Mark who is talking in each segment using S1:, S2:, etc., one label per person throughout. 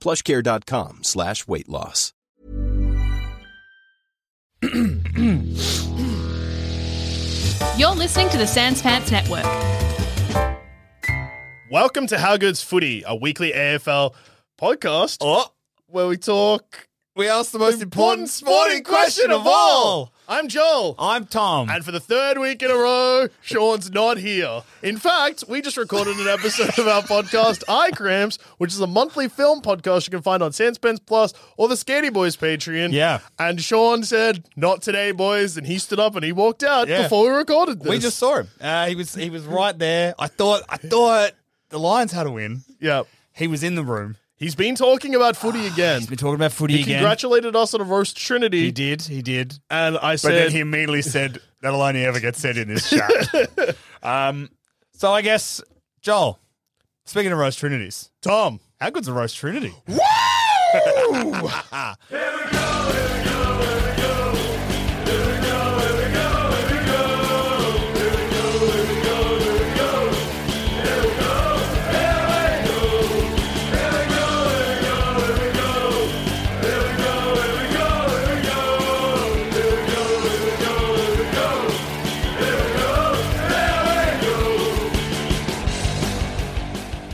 S1: Plushcare.com slash weight loss.
S2: You're listening to the Sans Pants Network.
S3: Welcome to How Good's Footy, a weekly AFL podcast
S4: Oh,
S3: where we talk
S4: we asked the most important sporting question of all.
S3: I'm Joel.
S4: I'm Tom.
S3: and for the third week in a row, Sean's not here. In fact, we just recorded an episode of our podcast, Eye Cramps, which is a monthly film podcast you can find on Sanspens Plus or the Scandy Boys Patreon.
S4: Yeah.
S3: And Sean said, Not today, boys. And he stood up and he walked out
S4: Yeah.
S3: before we recorded this.
S4: we just saw him. Uh, he was he was right there. I thought I thought the Lions had a win.
S3: Yeah.
S4: He was in the room.
S3: He's been talking about footy again.
S4: Ah, He's been talking about footy
S3: He
S4: again.
S3: congratulated us on a roast Trinity.
S4: he did. He did.
S3: And I
S4: But then
S3: said,
S4: he immediately said, "That'll only ever get said in this chat." um, so I guess Joel. Speaking of roast trinities,
S3: Tom,
S4: how good's a roast trinity?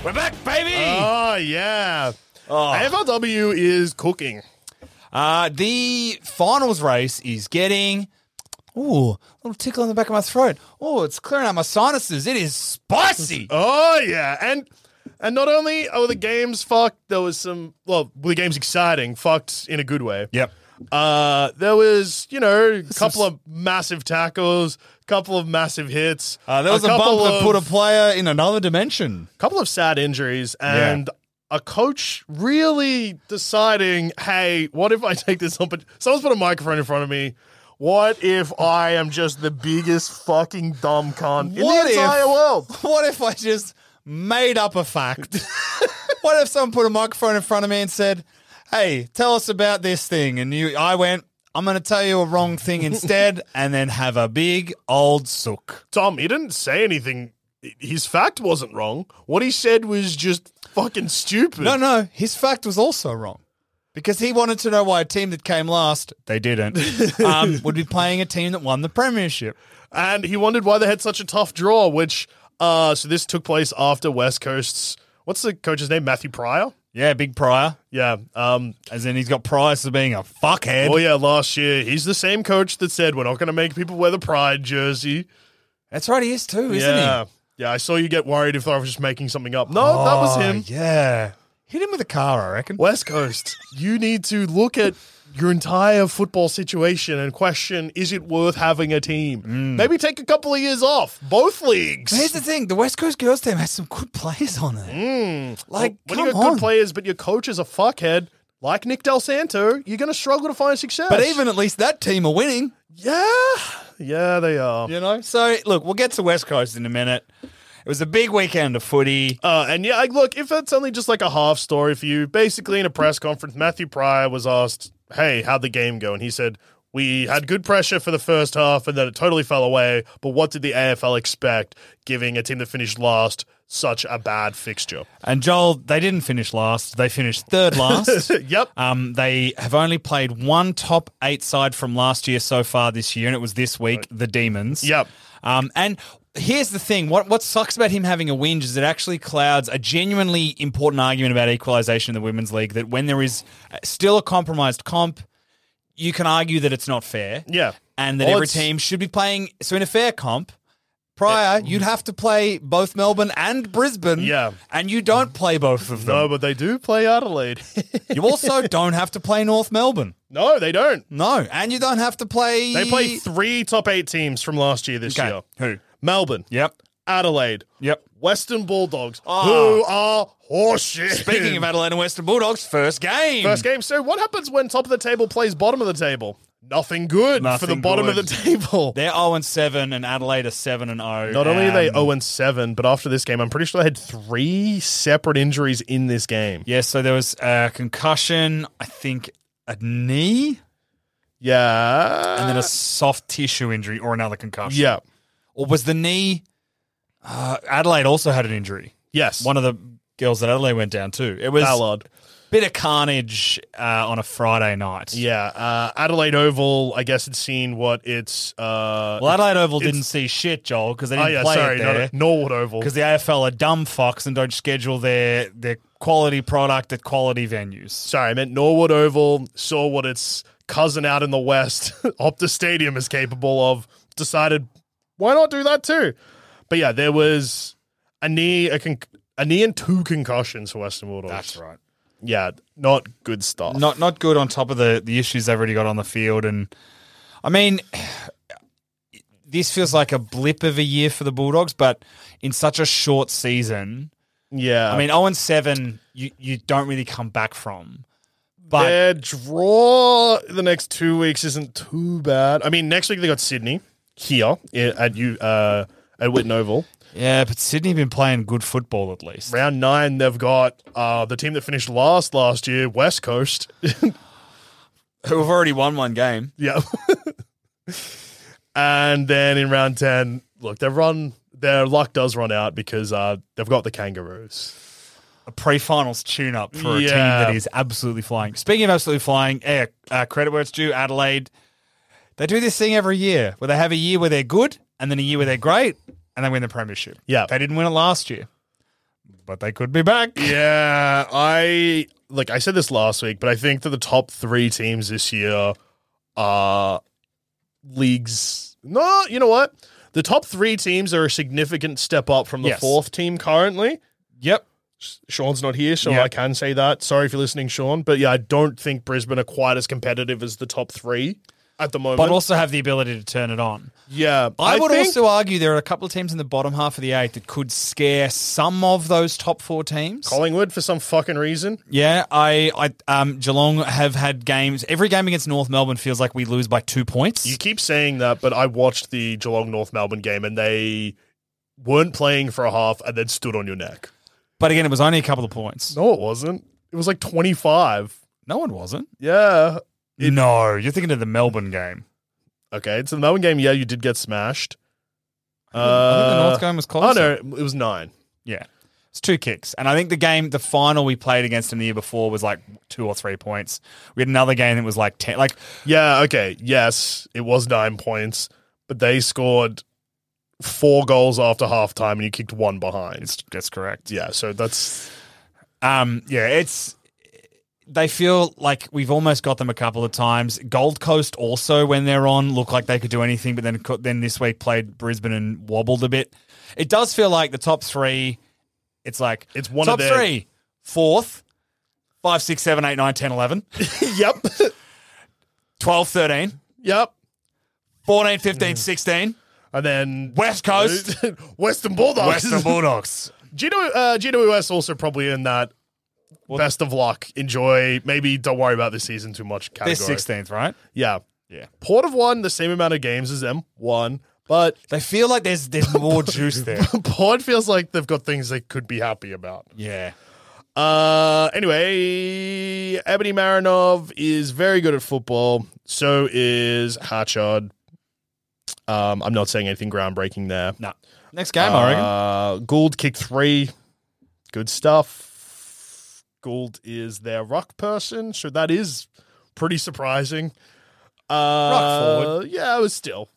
S4: We're back, baby.
S3: Oh yeah.
S4: Oh.
S3: AFLW is cooking.
S4: Uh, the finals race is getting. Ooh, a little tickle in the back of my throat. Oh, it's clearing out my sinuses. It is spicy.
S3: Oh yeah. And and not only are the games fucked, there was some well, the game's exciting, fucked in a good way.
S4: Yep.
S3: Uh there was, you know, a couple of massive tackles, couple of massive hits.
S4: Uh, there was a,
S3: couple
S4: bump that put a player in another dimension.
S3: couple of sad injuries
S4: Yeah.
S3: and a coach really deciding, hey, what if I take this up? Someone's put a microphone in front of me. What if I am just the biggest fucking dumb cunt in
S4: What
S3: the
S4: if-
S3: entire world?
S4: What if I just made up a fact? what if someone put a microphone in front of me and said, "Hey, tell us about this thing," and you, I went, "I'm going to tell you a wrong thing instead," and then have a big old sook.
S3: Tom, he didn't say anything. His fact wasn't wrong. What he said was just fucking stupid.
S4: No, no, his fact was also wrong because he wanted to know why a team that came last, they didn't, um, would be playing a team that won the premiership.
S3: And he wondered why they had such a tough draw, which, uh, so this took place after West Coast's, what's the coach's name? Matthew Pryor?
S4: Yeah, big prior,
S3: Yeah. Um,
S4: as in he's got priors for being a fuckhead.
S3: Oh yeah, last year he's the same coach that said we're not going to make people wear the pride jersey.
S4: That's right, he is too, isn't
S3: yeah, yeah. I saw you get worried if I was just making something up. No, that was
S4: Oh,
S3: him.
S4: Yeah, hit him with a car, I reckon.
S3: West Coast, you need to look at your entire football situation and question: Is it worth having a team?
S4: Mm.
S3: Maybe take a couple of years off. Both leagues.
S4: Here's the thing: the West Coast girls team has some good players on it. Like,
S3: when
S4: come
S3: you got
S4: on.
S3: good players, but your coach is a fuckhead. Like Nick Del Santo, you're going to struggle to find success.
S4: but even at least that team are winning.
S3: yeah, yeah, they are.
S4: You know. So look, we'll get to West Coast in a minute. It was a big weekend of footy.
S3: Uh, and yeah, like, look, if that's only just like a half story for you, basically in a press conference, Matthew Pryor was asked, Hey, how'd the game go? And he said, We had good pressure for the first half and then it totally fell away. But what did the AFL expect giving a team that finished last such a bad fixture?
S4: And Joel, they didn't finish last. They finished third last.
S3: Yep.
S4: Um, they have only played one top eight side from last year so far this year, and it was this week, the Demons.
S3: Yep.
S4: Um, and here's the thing. What what sucks about him having a whinge is it actually clouds a genuinely important argument about equalisation in the women's league. That when there is still a compromised comp, you can argue that it's not fair.
S3: Yeah.
S4: and that
S3: Or
S4: every
S3: it's-
S4: team should be playing. So in a fair comp. Prior, you'd have to play both Melbourne and Brisbane.
S3: Yeah.
S4: And you don't play both of them.
S3: No, but they do play Adelaide.
S4: You also don't have to play North Melbourne.
S3: no, they don't.
S4: No. And you don't have to play.
S3: They play three top eight teams from last year this
S4: Okay.
S3: year.
S4: Who?
S3: Melbourne.
S4: Yep.
S3: Adelaide.
S4: Yep.
S3: Western Bulldogs,
S4: Ah.
S3: who are horseshit.
S4: Speaking of Adelaide and Western Bulldogs, first game.
S3: first game, so what happens when top of the table plays bottom of the table? Nothing good for
S4: Nothing
S3: the bottom of
S4: good.
S3: the table.
S4: They're 0 and 7, and Adelaide are 7 and 0.
S3: Not only are they
S4: and-
S3: 0 and 7, but after this game, I'm pretty sure they had three separate injuries in this game.
S4: Yeah, so there was a concussion, I think a knee,
S3: Yeah.
S4: and then a soft tissue injury or another concussion.
S3: Yeah.
S4: Or was the knee. Uh, Adelaide also had an injury.
S3: Yes.
S4: One of the girls that Adelaide went down to. It was a
S3: Ballard.
S4: bit of carnage uh, on a Friday night.
S3: Yeah. Uh, Adelaide Oval, I guess, had seen what its. Uh,
S4: Well, Adelaide Oval
S3: It's-
S4: didn't see shit, Joel, because they
S3: oh,
S4: didn't
S3: yeah,
S4: play
S3: sorry.
S4: it
S3: Not
S4: there.
S3: at Norwood Oval.
S4: Because the AFL are dumb fucks and don't schedule their their quality product at quality venues.
S3: Sorry, I meant Norwood Oval saw what its cousin out in the West, Optus Stadium, is capable of, decided, why not do that too? But yeah, there was a knee, a, con- a knee and two concussions for Western Bulldogs.
S4: right.
S3: Yeah, not good stuff.
S4: Not not good on top of the the issues they've already got on the field, and I mean, this feels like a blip of a year for the Bulldogs, but in such a short season,
S3: yeah.
S4: I mean, zero and seven, you you don't really come back from. But
S3: their draw the next two weeks isn't too bad. I mean, next week they got Sydney here i- at you uh, at Witten Oval.
S4: yeah, but Sydney have been playing good football at least.
S3: Round nine, they've got uh, the team that finished last last year, West Coast.
S4: Who have already won one game.
S3: Yeah. and then in round 10, look, they've run, their luck does run out because uh, they've got the Kangaroos.
S4: a pre-finals tune-up for a team
S3: Yeah.
S4: that is absolutely flying. Speaking of absolutely flying, eh, uh, credit where it's due, Adelaide. They do this thing every year where they have a year where they're good and then a year where they're great and they win the premiership.
S3: Yeah.
S4: they didn't win it last year, but they could be back.
S3: Yeah. I, like, I said this last week, but I think that the top three teams this year are leagues. No, you know what? The top three teams are a significant step up from the
S4: Yes.
S3: fourth team currently.
S4: Yep,
S3: Sean's not here, so
S4: Yeah.
S3: I can say that. Sorry if you're listening, Sean. But yeah, I don't think Brisbane are quite as competitive as the top three at the moment.
S4: but also have the ability to turn it on.
S3: Yeah,
S4: I, would
S3: think-
S4: also argue there are a couple of teams in the bottom half of the eight that could scare some of those top four teams.
S3: Collingwood for some fucking reason.
S4: Yeah, I, I um, Geelong have had games. Every game against North Melbourne feels like we lose by two points.
S3: You keep saying that, but I watched the Geelong North Melbourne game and they weren't playing for a half and then stood on your neck.
S4: But again, it was only a couple of points.
S3: No, it wasn't. It was like twenty five.
S4: No one wasn't.
S3: Yeah.
S4: no, you're thinking of the Melbourne game.
S3: Okay. So the Melbourne game, yeah, you did get smashed.
S4: I think the
S3: Uh,
S4: North game was
S3: oh
S4: closer.
S3: no, it was nine.
S4: Yeah. It's two kicks. And I think the game, the final we played against them the year before was like two or three points. We had another game that was like 10. Like,
S3: Yeah. Okay. Yes, it was nine points, but they scored four goals after halftime and you kicked one behind.
S4: it's, that's correct.
S3: Yeah. So that's
S4: Um, yeah, it's. They feel like we've almost got them a couple of times. Gold Coast also, when they're on, look like they could do anything, but then co- then this week played Brisbane and wobbled a bit. It does feel like the top three. It's like
S3: It's one of
S4: top
S3: their-
S4: three, fourth, five, six, seven, eight, nine, ten, eleven,
S3: yep,
S4: twelve, thirteen,
S3: yep.
S4: fourteen, fifteen, sixteen.
S3: And then
S4: West Coast.
S3: Western Bulldogs.
S4: Western Bulldogs.
S3: Gino, uh, GWS also probably in that best of luck, enjoy, maybe don't worry about this season too much
S4: They're
S3: category.
S4: sixteenth, right?
S3: Yeah.
S4: Yeah.
S3: Port have won the same amount of games as them, one, but
S4: They feel like there's there's more juice there.
S3: Port feels like they've got things they could be happy about.
S4: Yeah.
S3: Uh, anyway, Ebony Marinov is very good at football. So is Hatchard. Um, I'm not saying anything groundbreaking there.
S4: No. Next game, I reckon.
S3: Uh, Gould kicked three. Good stuff. Gould is their rock person, so that is pretty surprising. Uh,
S4: Rock forward.
S3: Yeah, it was still.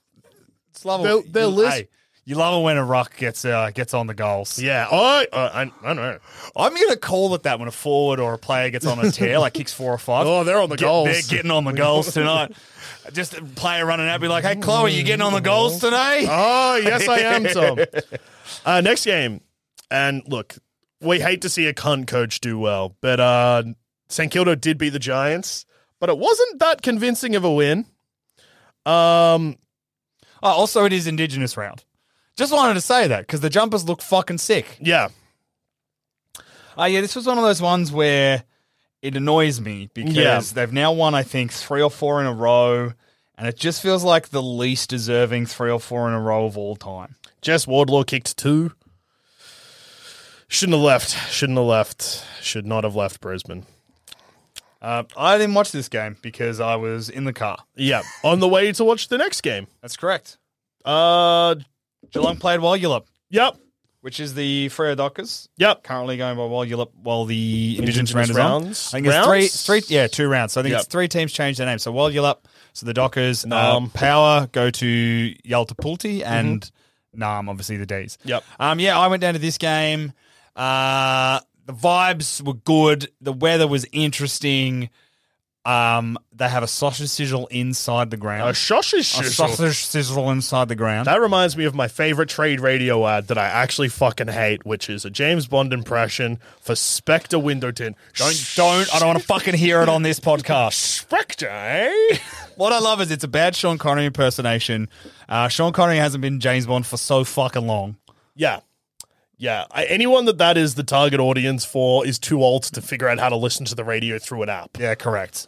S4: It's level.
S3: Their- their list-
S4: Hey, You love it when a ruck gets uh, gets on the goals.
S3: Yeah, I, I, I know.
S4: I'm going to call it that when a forward or a player gets on a tear, like kicks four or five.
S3: Oh, they're on the
S4: Get-
S3: goals.
S4: They're getting on the goals tonight. Just a player running out, be like, "Hey, Chloe, you getting on the goals today?"
S3: Oh, yes, I am, Tom. Uh, next game. And look, we hate to see a cunt coach do well, but uh, St. Kilda did beat the Giants, but it wasn't that convincing of a win. Um,
S4: Oh, also, it is Indigenous round. Just wanted to say that because the jumpers look fucking sick.
S3: yeah.
S4: Oh, yeah, this was one of those ones where it annoys me because
S3: Yeah.
S4: they've now won, I think, three or four in a row, and it just feels like the least deserving three or four in a row of all time.
S3: Jess Wardlaw kicked two. Shouldn't have left. Shouldn't have left. Should not have left Brisbane.
S4: Uh, I didn't watch this game because I was in the car.
S3: Yeah. On the way to watch the next game.
S4: That's correct.
S3: Uh,
S4: Geelong played Wallulip,
S3: yep.
S4: which is the Freo Dockers.
S3: Yep.
S4: Currently going by Wallulip while the Indigenous,
S3: Indigenous
S4: round is on.
S3: rounds?
S4: I think it's
S3: Rounds?
S4: three, three, yeah, two rounds. So I think
S3: Yep.
S4: it's three teams changed their name. So Wallulip, so the Dockers, um,
S3: Nam.
S4: Power go to Yaltapulti and
S3: Mm-hmm.
S4: Nam, obviously the D's.
S3: Yep.
S4: Um, yeah, I went down to this game. Uh, the vibes were good. The weather was interesting. Um, they have a sausage sizzle inside the ground.
S3: A sausage
S4: A
S3: sizzle.
S4: sausage sizzle inside the ground.
S3: That reminds me of my favorite trade radio ad that I actually fucking hate, which is a James Bond impression for Spectre window tint.
S4: Don't, don't. I don't want to fucking hear it on this podcast.
S3: Spectre, eh?
S4: What I love is it's a bad Sean Connery impersonation. Uh, Sean Connery hasn't been James Bond for so fucking long.
S3: Yeah. Yeah. I, anyone that that is the target audience for is too old to figure out how to listen to the radio through an app.
S4: Yeah, correct.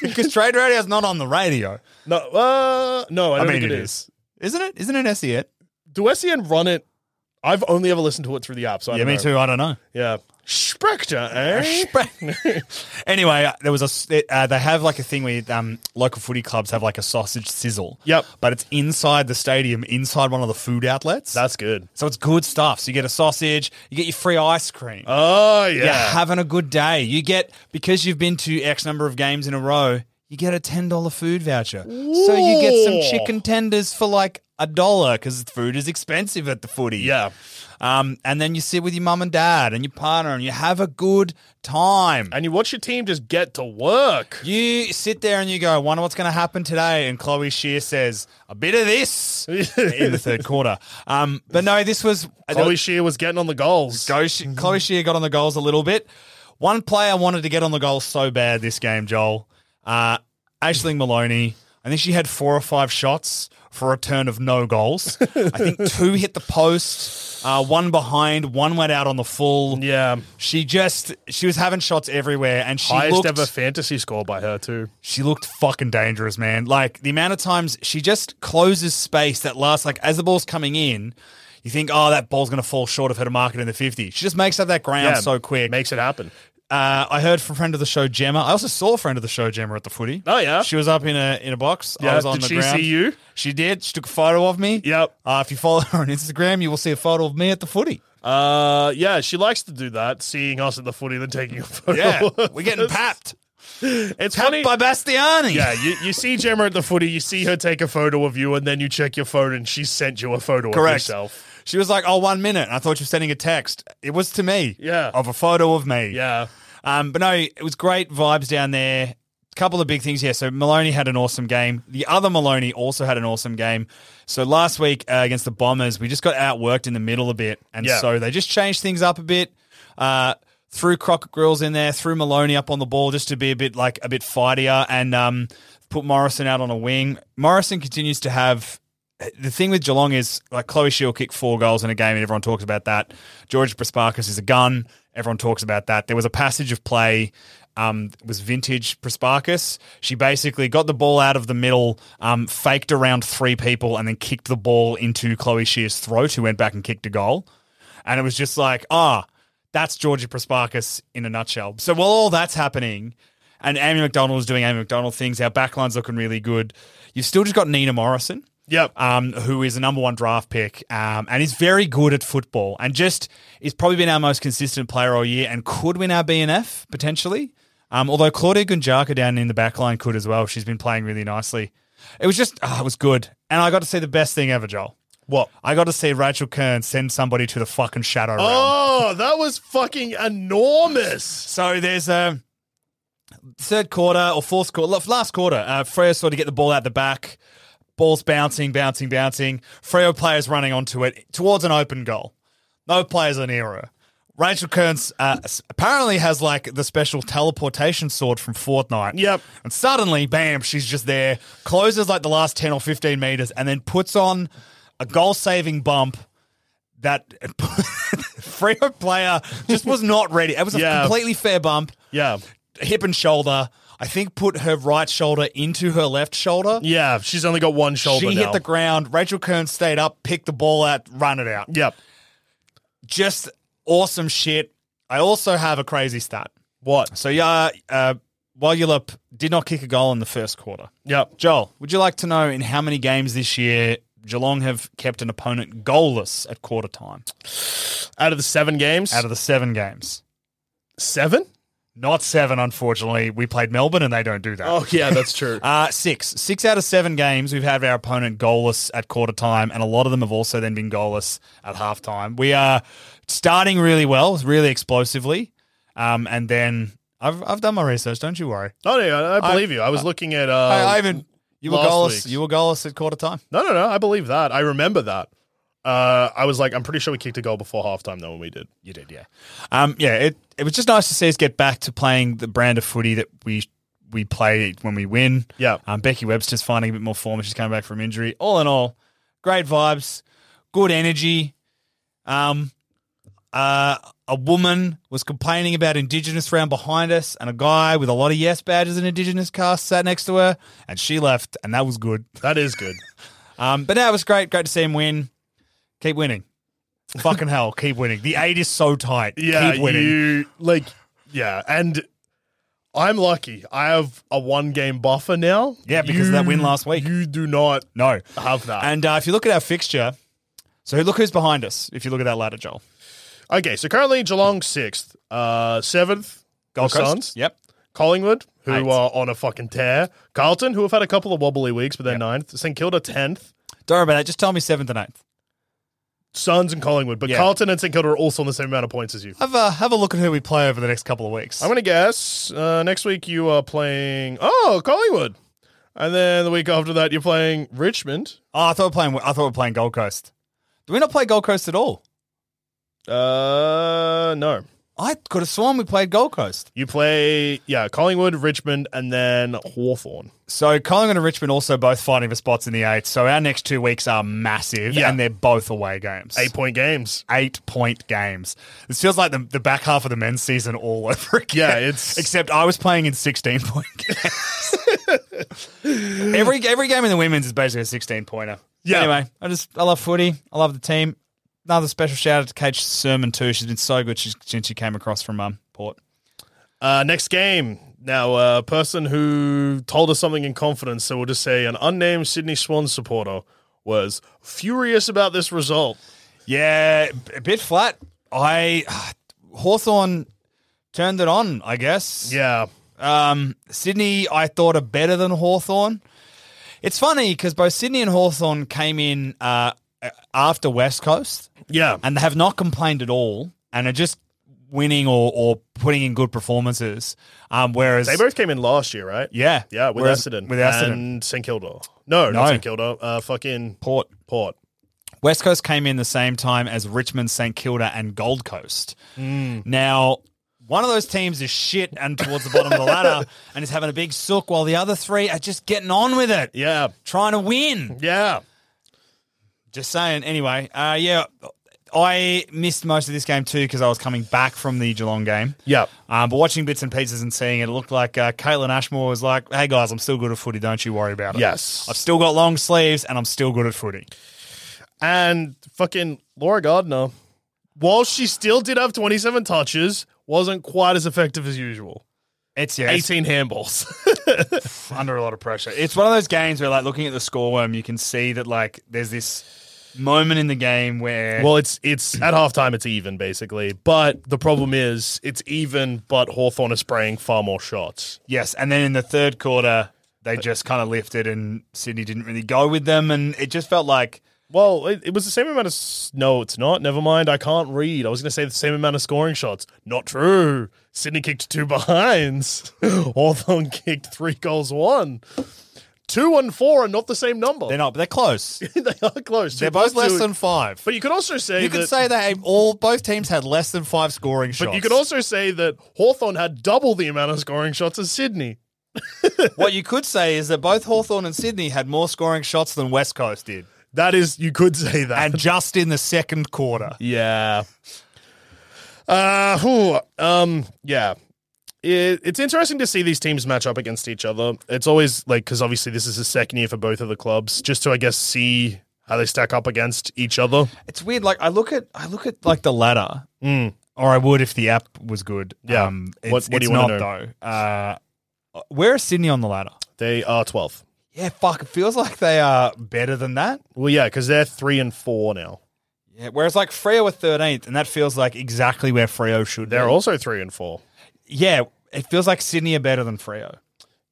S4: Because trade radio's not on the radio,
S3: No, uh, no, I
S4: I
S3: don't
S4: mean,
S3: think
S4: it
S3: it is.
S4: isn't it? Isn't it E SE yet?
S3: Do SEN run it? I've only ever listened to it through the app, so I
S4: Yeah,
S3: don't
S4: me
S3: know.
S4: too. I don't know.
S3: Yeah. Spectre, eh?
S4: anyway, there was a. s- it, Uh, they have like a thing where um, local footy clubs have like a sausage sizzle.
S3: Yep.
S4: But it's inside the stadium, inside one of the food outlets.
S3: That's good.
S4: so it's good stuff. So you get a sausage, you get your free ice cream.
S3: Oh, yeah.
S4: You're having a good day. You get because you've been to X number of games in a row, you get a ten dollar food voucher. So you get some
S3: Ooh.
S4: chicken tenders for like a dollar because food is expensive at the footy.
S3: Yeah.
S4: Um, and then you sit with your mum and dad and your partner and you have a good time.
S3: And you watch your team just get to work.
S4: You sit there and you go, wonder what's going to happen today. And Chloe Shear says, a bit of this in the third quarter. Um, but no, this was
S3: Chloe Shear was getting on the goals.
S4: Go, Sh- Chloe Shear got on the goals a little bit. One player wanted to get on the goals so bad this game, Joel. Uh, Aisling Maloney. I think she had four or five shots for a turn of no goals. I think two hit the post, uh, one behind, one went out on the full.
S3: Yeah.
S4: She just she was having shots everywhere, and she
S3: Highest
S4: looked,
S3: ever fantasy score by her too.
S4: she looked fucking dangerous, man. Like the amount of times she just closes space that lasts, like as the ball's coming in, you think, oh, that ball's going to fall short of her to mark it in the 50. She just makes up that ground so quick.
S3: makes it happen.
S4: uh, I heard from friend of the show, Gemma. I also saw a friend of the show, Gemma, at the footy.
S3: Oh, yeah?
S4: She was up in a in a box. I
S3: Yeah,
S4: was on
S3: did
S4: the
S3: she
S4: ground.
S3: see you?
S4: She did. She took a photo of me.
S3: Yep.
S4: Uh, if you follow her on Instagram, you will see a photo of me at the footy.
S3: Uh, yeah, she likes to do that, seeing us at the footy, then taking a photo.
S4: Yeah,
S3: of
S4: we're getting
S3: us.
S4: papped.
S3: It's funny.
S4: Papped by Bastiani.
S3: yeah, you, you see Gemma at the footy, you see her take a photo of you, and then you check your phone, and she sent you a photo of
S4: Correct.
S3: herself.
S4: She was like, "Oh, one minute." And I thought you were sending a text. It was to me.
S3: Yeah.
S4: Of a photo of me.
S3: Yeah,
S4: Um, but no, it was great vibes down there. Couple of big things here. So Maloney had an awesome game. The other Maloney also had an awesome game. So last week uh, against the Bombers, we just got outworked in the middle a bit, and
S3: Yeah.
S4: so they just changed things up a bit. Uh, threw Crockett Grills in there, threw Maloney up on the ball just to be a bit like a bit fightier, and um, put Morrison out on a wing. Morrison continues to have the thing with Geelong is like Chloe Shield kicked four goals in a game and everyone talks about that. George Prasparkas is a gun. Everyone talks about that. There was a passage of play. Um, it was vintage Prasparkas. She basically got the ball out of the middle, um, faked around three people, and then kicked the ball into Chloe Shear's throat, who went back and kicked a goal. And it was just like, ah, that's Georgia Prasparkas in a nutshell. So while all that's happening, and Amy McDonald's doing Amy McDonald things, our backline's looking really good. You've still just got Nina Morrison
S3: yep.
S4: um, who is a number one draft pick um, and is very good at football and just is probably been our most consistent player all year and could win our BNF potentially. Um, although Claudia Gunjaka down in the back line could as well. She's been playing really nicely. It was just, ah, it was good. And I got to see the best thing ever, Joel.
S3: What?
S4: I got to see Rachel Kern send somebody to the fucking shadow realm.
S3: Oh, that was fucking enormous.
S4: So there's a third quarter or fourth quarter, la- last quarter. Uh, Freo sort of get the ball out the back. Ball's bouncing, bouncing, bouncing. Freo players running onto it towards an open goal. No players are near her. Rachel Kearns uh, s- apparently has like the special teleportation sword from Fortnite.
S3: Yep.
S4: And suddenly, bam, she's just there, closes like the last 10 or 15 meters, and then puts on a goal saving bump that Freo player just was not ready. It was a
S3: Yeah.
S4: completely fair bump,
S3: Yeah.
S4: hip and shoulder. I think put her right shoulder into her left shoulder.
S3: Yeah. She's only got one shoulder
S4: she
S3: now.
S4: hit the ground. Rachel Kern stayed up, picked the ball out, run it out.
S3: Yep.
S4: Just awesome shit. I also have a crazy stat.
S3: What?
S4: So yeah, uh, Wallulup did not kick a goal in the first quarter.
S3: Yep.
S4: Joel, would you like to know in how many games this year Geelong have kept an opponent goalless at quarter time
S3: Out of the seven games?
S4: out of the seven games?
S3: the seven?
S4: Not seven, unfortunately. We played Melbourne and they don't do that.
S3: Oh, yeah, that's true.
S4: Uh, six. Six out of seven games, we've had our opponent goalless at quarter time, and a lot of them have also then been goalless at halftime. We are starting really well, really explosively. Um, and then I've, I've done my research, don't you worry.
S3: oh, no, I, I believe you. I was looking at. Uh,
S4: Ivan, you were,
S3: last
S4: goalless,
S3: week's.
S4: you were goalless at quarter time.
S3: No, no, no. I believe that. I remember that. Uh, I was like, I'm pretty sure we kicked a goal before halftime, though, when we did.
S4: You did, yeah. Um, yeah, it, it was just nice to see us get back to playing the brand of footy that we we play when we win.
S3: Yeah.
S4: Um, Becky Webster's finding a bit more form. She's coming back from injury. All in all, great vibes, good energy. Um, uh, a woman was complaining about Indigenous round behind us, and a guy with a lot of yes badges and Indigenous cast sat next to her, and she left, and that was good.
S3: That is good.
S4: Um, but no, it was great. Great to see him win. Keep winning. Fucking hell, keep winning. The eight is so tight.
S3: Yeah,
S4: keep winning.
S3: you like yeah, and I'm lucky. I have a one game buffer now.
S4: Yeah, because of that win last week.
S3: You do not
S4: no.
S3: have that.
S4: And uh, if you look at our fixture, so look who's behind us. If you look at that ladder, Joel.
S3: okay, so currently Geelong sixth, uh seventh, Gold
S4: Coast?
S3: Suns,
S4: Yep.
S3: Collingwood, who
S4: Eighth.
S3: are on a fucking tear, Carlton, who have had a couple of wobbly weeks, but they're ninth, St Kilda tenth,
S4: Don't worry about that. Just tell me seventh and eighth.
S3: Suns and Collingwood, but
S4: Yeah.
S3: Carlton and St Kilda are also on the same amount of points as you.
S4: Have a have a look at who we play over the next couple of weeks.
S3: I'm gonna guess uh, next week you are playing oh Collingwood, and then the week after that you're playing Richmond.
S4: oh, I thought we we're playing. I thought we we're playing Gold Coast. Do we not play Gold Coast at all?
S3: Uh, no.
S4: I could have sworn we played Gold Coast.
S3: You play, yeah, Collingwood, Richmond, and then Hawthorn.
S4: So Collingwood and Richmond also both fighting for spots in the eight. So our next two weeks are massive,
S3: Yeah.
S4: and they're both away games.
S3: Eight point games.
S4: eight point games. This feels like the, the back half of the men's season all over again.
S3: Yeah, it's-
S4: except I was playing in sixteen point games. every every game in the women's is basically a sixteen pointer.
S3: Yeah.
S4: Anyway, I just I love footy. I love the team. Another special shout out to Kate Sermon too. She's been so good she's- since she came across from um, Port.
S3: Uh, next game. Now, a person who told us something in confidence, so we'll just say an unnamed Sydney Swans supporter was furious about this result.
S4: Yeah, a bit flat. I Hawthorn turned it on, I guess.
S3: Yeah.
S4: Um, Sydney, I thought, are better than Hawthorn. It's funny because both Sydney and Hawthorn came in uh, after West Coast
S3: Yeah.
S4: and they have not complained at all and are just winning or, or putting in good performances. Um, whereas,
S3: They both came in last year, right?
S4: yeah,
S3: Yeah, with
S4: whereas-
S3: Essendon.
S4: with Essendon,
S3: And St Kilda. No,
S4: No.
S3: not St Kilda. Uh, fucking
S4: Port.
S3: Port.
S4: West Coast came in the same time as Richmond, St Kilda, and Gold Coast.
S3: Mm.
S4: Now, one of those teams is shit and towards the bottom of the ladder and is having a big sook, while the other three are just getting on with it,
S3: Yeah.
S4: trying to win.
S3: Yeah.
S4: Just saying. Anyway, uh, yeah, I missed most of this game too because I was coming back from the Geelong game.
S3: Yeah.
S4: Um, but watching bits and pieces and seeing it, it looked like uh, Caitlin Ashmore was like, "Hey guys, I'm still good at footy. Don't you worry about it.
S3: Yes.
S4: I've still got long sleeves and I'm still good at footy."
S3: And fucking Laura Gardner, while she still did have 27 touches, wasn't quite as effective as usual.
S4: It's yeah, it's
S3: 18 handballs.
S4: under a lot of pressure. It's one of those games where, like, looking at the scoreworm, you can see that like there's this moment in the game where
S3: well, it's it's at halftime it's even basically, but the problem is it's even, but Hawthorn is spraying far more shots.
S4: Yes, and then in the third quarter, they just kind of lifted, and Sydney didn't really go with them, and it just felt like
S3: Well, it, it was the same amount of. S- no, it's not. Never mind. I can't read. I was going to say the same amount of scoring shots. Not true. Sydney kicked two behinds. Hawthorn kicked three goals, one. Two and four are not the same number.
S4: They're not, but they're close.
S3: they are close.
S4: They're
S3: Two plus
S4: both less
S3: two-
S4: than five.
S3: But you could also say
S4: You could
S3: that-
S4: say they all both teams had less than five scoring
S3: But
S4: shots.
S3: you could also say that Hawthorn had double the amount of scoring shots as Sydney.
S4: what you could say is that both Hawthorn and Sydney had more scoring shots than West Coast did,
S3: That is, you could say that.
S4: and just in the second quarter.
S3: Yeah. Uh, whew, um, yeah. It, it's interesting to see these teams match up against each other. It's always like because obviously this is the second year for both of the clubs, just to I guess see how they stack up against each other.
S4: It's weird. Like I look at I look at like the ladder, or I would if the app was good.
S3: Mm.
S4: Um,
S3: Yeah. What-
S4: it's,
S3: what do
S4: it's
S3: you wanna
S4: not though. Uh, where is Sydney on the ladder?
S3: They are twelfth.
S4: Yeah, fuck. It feels like they are better than that.
S3: Well, yeah, because they're three and four now.
S4: Yeah, whereas like Freo were thirteenth, and that feels like exactly where Freo should.
S3: They're
S4: be.
S3: also three and four.
S4: Yeah, it feels like Sydney are better than Freo.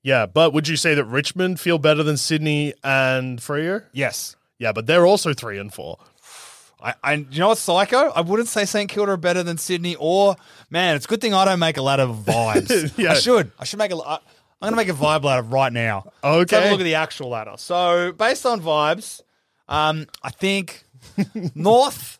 S3: Yeah, but would you say that Richmond feel better than Sydney and Freer?
S4: Yes.
S3: Yeah, but they're also three and four.
S4: I, I, you know what's psycho? I wouldn't say St Kilda are better than Sydney or man. It's a good thing I don't make a ladder of vibes.
S3: Yeah.
S4: I should. I should make a. I, I'm gonna make a vibe ladder right now.
S3: Okay.
S4: Let's have a look at the actual ladder. So based on vibes, um, I think North,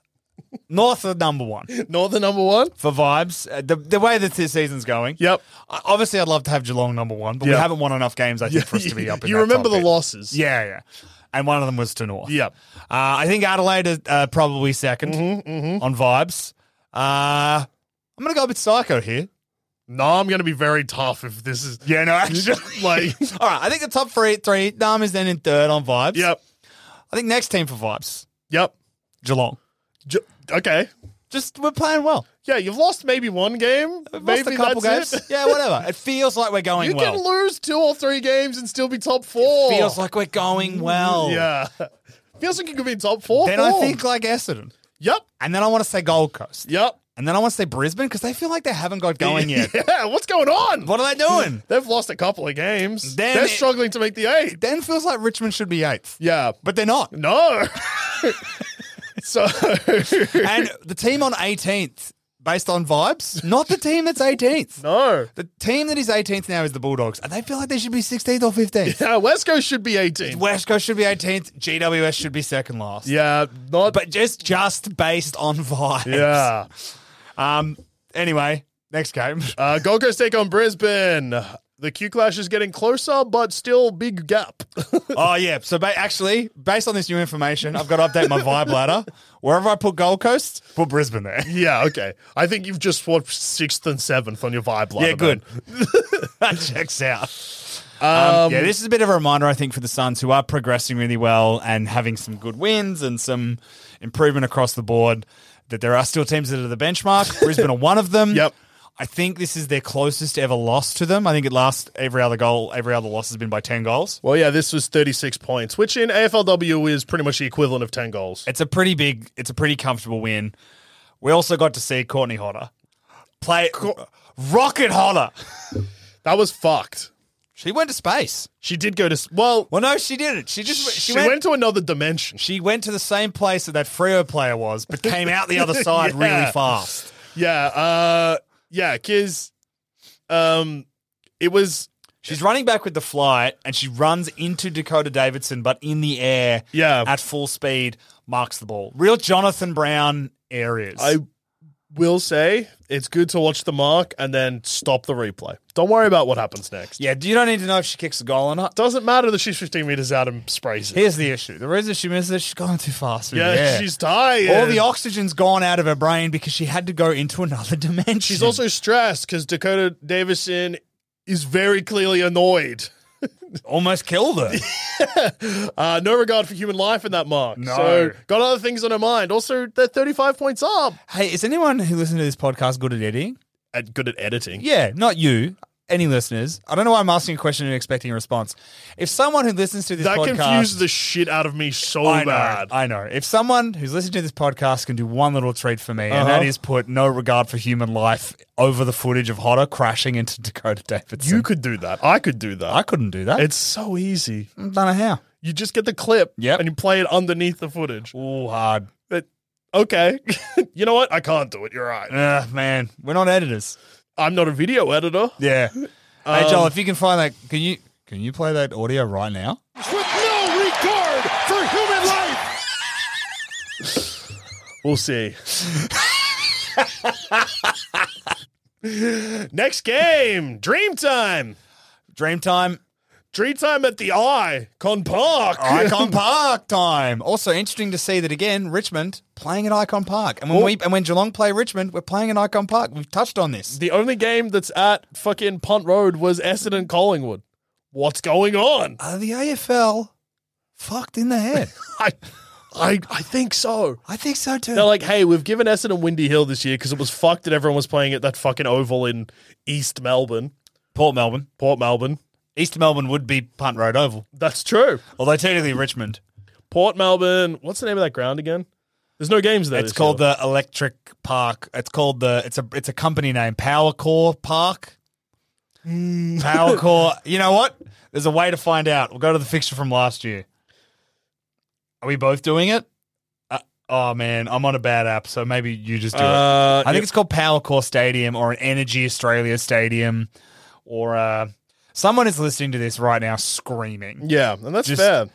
S4: North are number one
S3: Northern number one.
S4: for vibes. Uh, the, the way that this season's going.
S3: Yep.
S4: I- Obviously, I'd love to have Geelong number one, but we
S3: Yeah.
S4: haven't won enough games. I think for us to be up. In
S3: you
S4: that
S3: remember
S4: top
S3: the
S4: bit.
S3: losses?
S4: Yeah, yeah. And one of them was to North.
S3: Yep.
S4: Uh, I think Adelaide is uh, probably 2nd
S3: Mm-hmm,
S4: on vibes. Uh, I'm going to go a bit psycho here.
S3: No, I'm going to be very tough if this is.
S4: Yeah, no, actually.
S3: like,
S4: All right, I think the top three, three, Nam is then in third on vibes.
S3: yep,
S4: I think next team for vibes,
S3: yep.
S4: Geelong.
S3: J- okay.
S4: Just we're playing well.
S3: Yeah, you've lost maybe one game.
S4: We've
S3: maybe
S4: lost a couple
S3: that's
S4: games.
S3: it.
S4: Yeah, whatever. It feels like we're going
S3: You
S4: well.
S3: can lose two or three games and still be top four.
S4: feels like we're going well.
S3: Mm, Yeah. Feels like you could be top four.
S4: Then I
S3: form.
S4: think like Essendon.
S3: Yep,
S4: And then I want to say Gold Coast.
S3: yep.
S4: And then I want to say Brisbane because they feel like they haven't got going yet.
S3: Yeah, what's going on?
S4: What are they doing?
S3: They've lost a couple of games.
S4: Then
S3: They're
S4: it-
S3: struggling to make the eight.
S4: then feels like Richmond should be eighth,
S3: Yeah.
S4: but they're not.
S3: No. so.
S4: And the team on 18th, based on vibes, not the team that's 18th.
S3: no.
S4: The team that is 18th now is the Bulldogs, and they feel like they should be 16th or 15th.
S3: Yeah, West Coast should be 18.
S4: West Coast should be 18th. GWS should be second last.
S3: Yeah, not.
S4: But just just based on vibes.
S3: yeah.
S4: Um. Anyway, next game.
S3: Uh, Gold Coast take on Brisbane. The Q Clash is getting closer, but still big gap.
S4: oh yeah. So ba- actually, based on this new information, I've got to update my vibe ladder. Wherever I put Gold Coast, put Brisbane there.
S3: yeah, okay. I think you've just swapped sixth and seventh on your vibe ladder.
S4: Yeah, good.
S3: man.
S4: that checks out. Um, yeah, this is a bit of a reminder, I think, for the Suns, who are progressing really well and having some good wins and some improvement across the board, that there are still teams that are the benchmark. Brisbane are one of them.
S3: Yep.
S4: I think this is their closest ever loss to them. I think it last every other goal, every other loss has been by ten goals.
S3: Well, yeah, this was 36 points, which in AFLW is pretty much the equivalent of 10 goals.
S4: It's a pretty big, it's a pretty comfortable win. We also got to see Courtney Hodder play rocket Hodder.
S3: That was fucked.
S4: She went to space.
S3: She did go to. s- Well,
S4: Well, no, she didn't. She just
S3: she, went, to another dimension.
S4: She went to the same place that that Freo player was, but came out the other side
S3: Yeah.
S4: really fast.
S3: Yeah, uh, yeah, because um, it was.
S4: She's running back with the flight, and she runs into Dakota Davidson, but in the air,
S3: Yeah.
S4: at full speed, marks the ball. Real Jonathan Brown areas.
S3: I will say it's good to watch the mark and then stop the replay. Don't worry about what happens next.
S4: yeah, you don't need to know if she kicks the goal or not.
S3: Doesn't matter that she's 15 meters out and sprays it.
S4: Here's the issue: the reason she misses it, she's gone too fast. through
S3: Yeah,
S4: the air.
S3: she's tired.
S4: all the oxygen's gone out of her brain because she had to go into another dimension.
S3: she's also stressed because Dakota Davison is very clearly annoyed.
S4: almost killed her.
S3: Uh, no regard for human life in that mark.
S4: No.
S3: So got other things on her mind. Also, they're 35 points up.
S4: hey, is anyone who listens to this podcast good at editing?
S3: And good at editing.
S4: Yeah, not you. Any listeners? I don't know why I'm asking a question and expecting a response. If someone who listens to this
S3: that
S4: podcast,
S3: confuses the shit out of me so
S4: I know,
S3: bad.
S4: I know. If someone who's listening to this podcast can do one little treat for me,
S3: Uh-huh.
S4: and that is put no regard for human life over the footage of Hodder crashing into Dakota Davidson.
S3: you could do that. I could do that.
S4: I couldn't do that.
S3: it's so easy.
S4: I don't know how.
S3: You just get the clip
S4: Yep.
S3: and you play it underneath the footage.
S4: Ooh, hard.
S3: But okay, you know what? I can't do it. You're right.
S4: Ah, man, we're not editors.
S3: I'm not a video editor.
S4: Yeah.
S3: Um,
S4: hey, Joel, if you can find that, can you can you play that audio right now?
S5: with no regard for human life.
S3: We'll see. Next game, Dream Time.
S4: Dreamtime
S3: Dream Time at the Icon Park.
S4: Icon Park time. Also interesting to see that again. Richmond playing at Icon Park, and when we and when Geelong play Richmond, we're playing at Icon Park. We've touched on this.
S3: The only game that's at fucking Punt Road was Essendon Collingwood. What's going on?
S4: Are the AFL fucked in the head?
S3: I, I, I think so.
S4: I think so too.
S3: They're like, hey, we've given Essendon Windy Hill this year because it was fucked that everyone was playing at that fucking oval in East Melbourne,
S4: Port Melbourne,
S3: Port Melbourne.
S4: East Melbourne would be Punt Road Oval,
S3: That's true.
S4: although technically Richmond.
S3: Port Melbourne. What's the name of that ground again? There's no games there.
S4: It's called the Electric Park. It's called the it's a it's a company name, Power Core Park. Power Core. You know what? There's a way to find out. We'll go to the fixture from last year. Are we both doing it? Uh, oh man, I'm on a bad app, so maybe you just do it.
S3: Uh,
S4: I think it's called Power Core Stadium or an Energy Australia Stadium, or uh, someone is listening to this right now screaming.
S3: yeah, and that's
S4: Just-
S3: fair.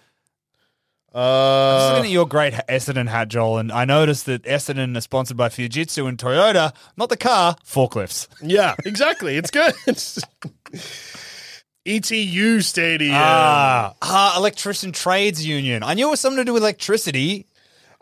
S4: I was
S3: Uh,
S4: looking at your great Essendon hat, Joel, and I noticed that Essendon is sponsored by Fujitsu and Toyota, not the car, forklifts.
S3: yeah, exactly. It's good. ETU Stadium.
S4: Ah, ah, electrician trades union. I knew it was something to do with electricity.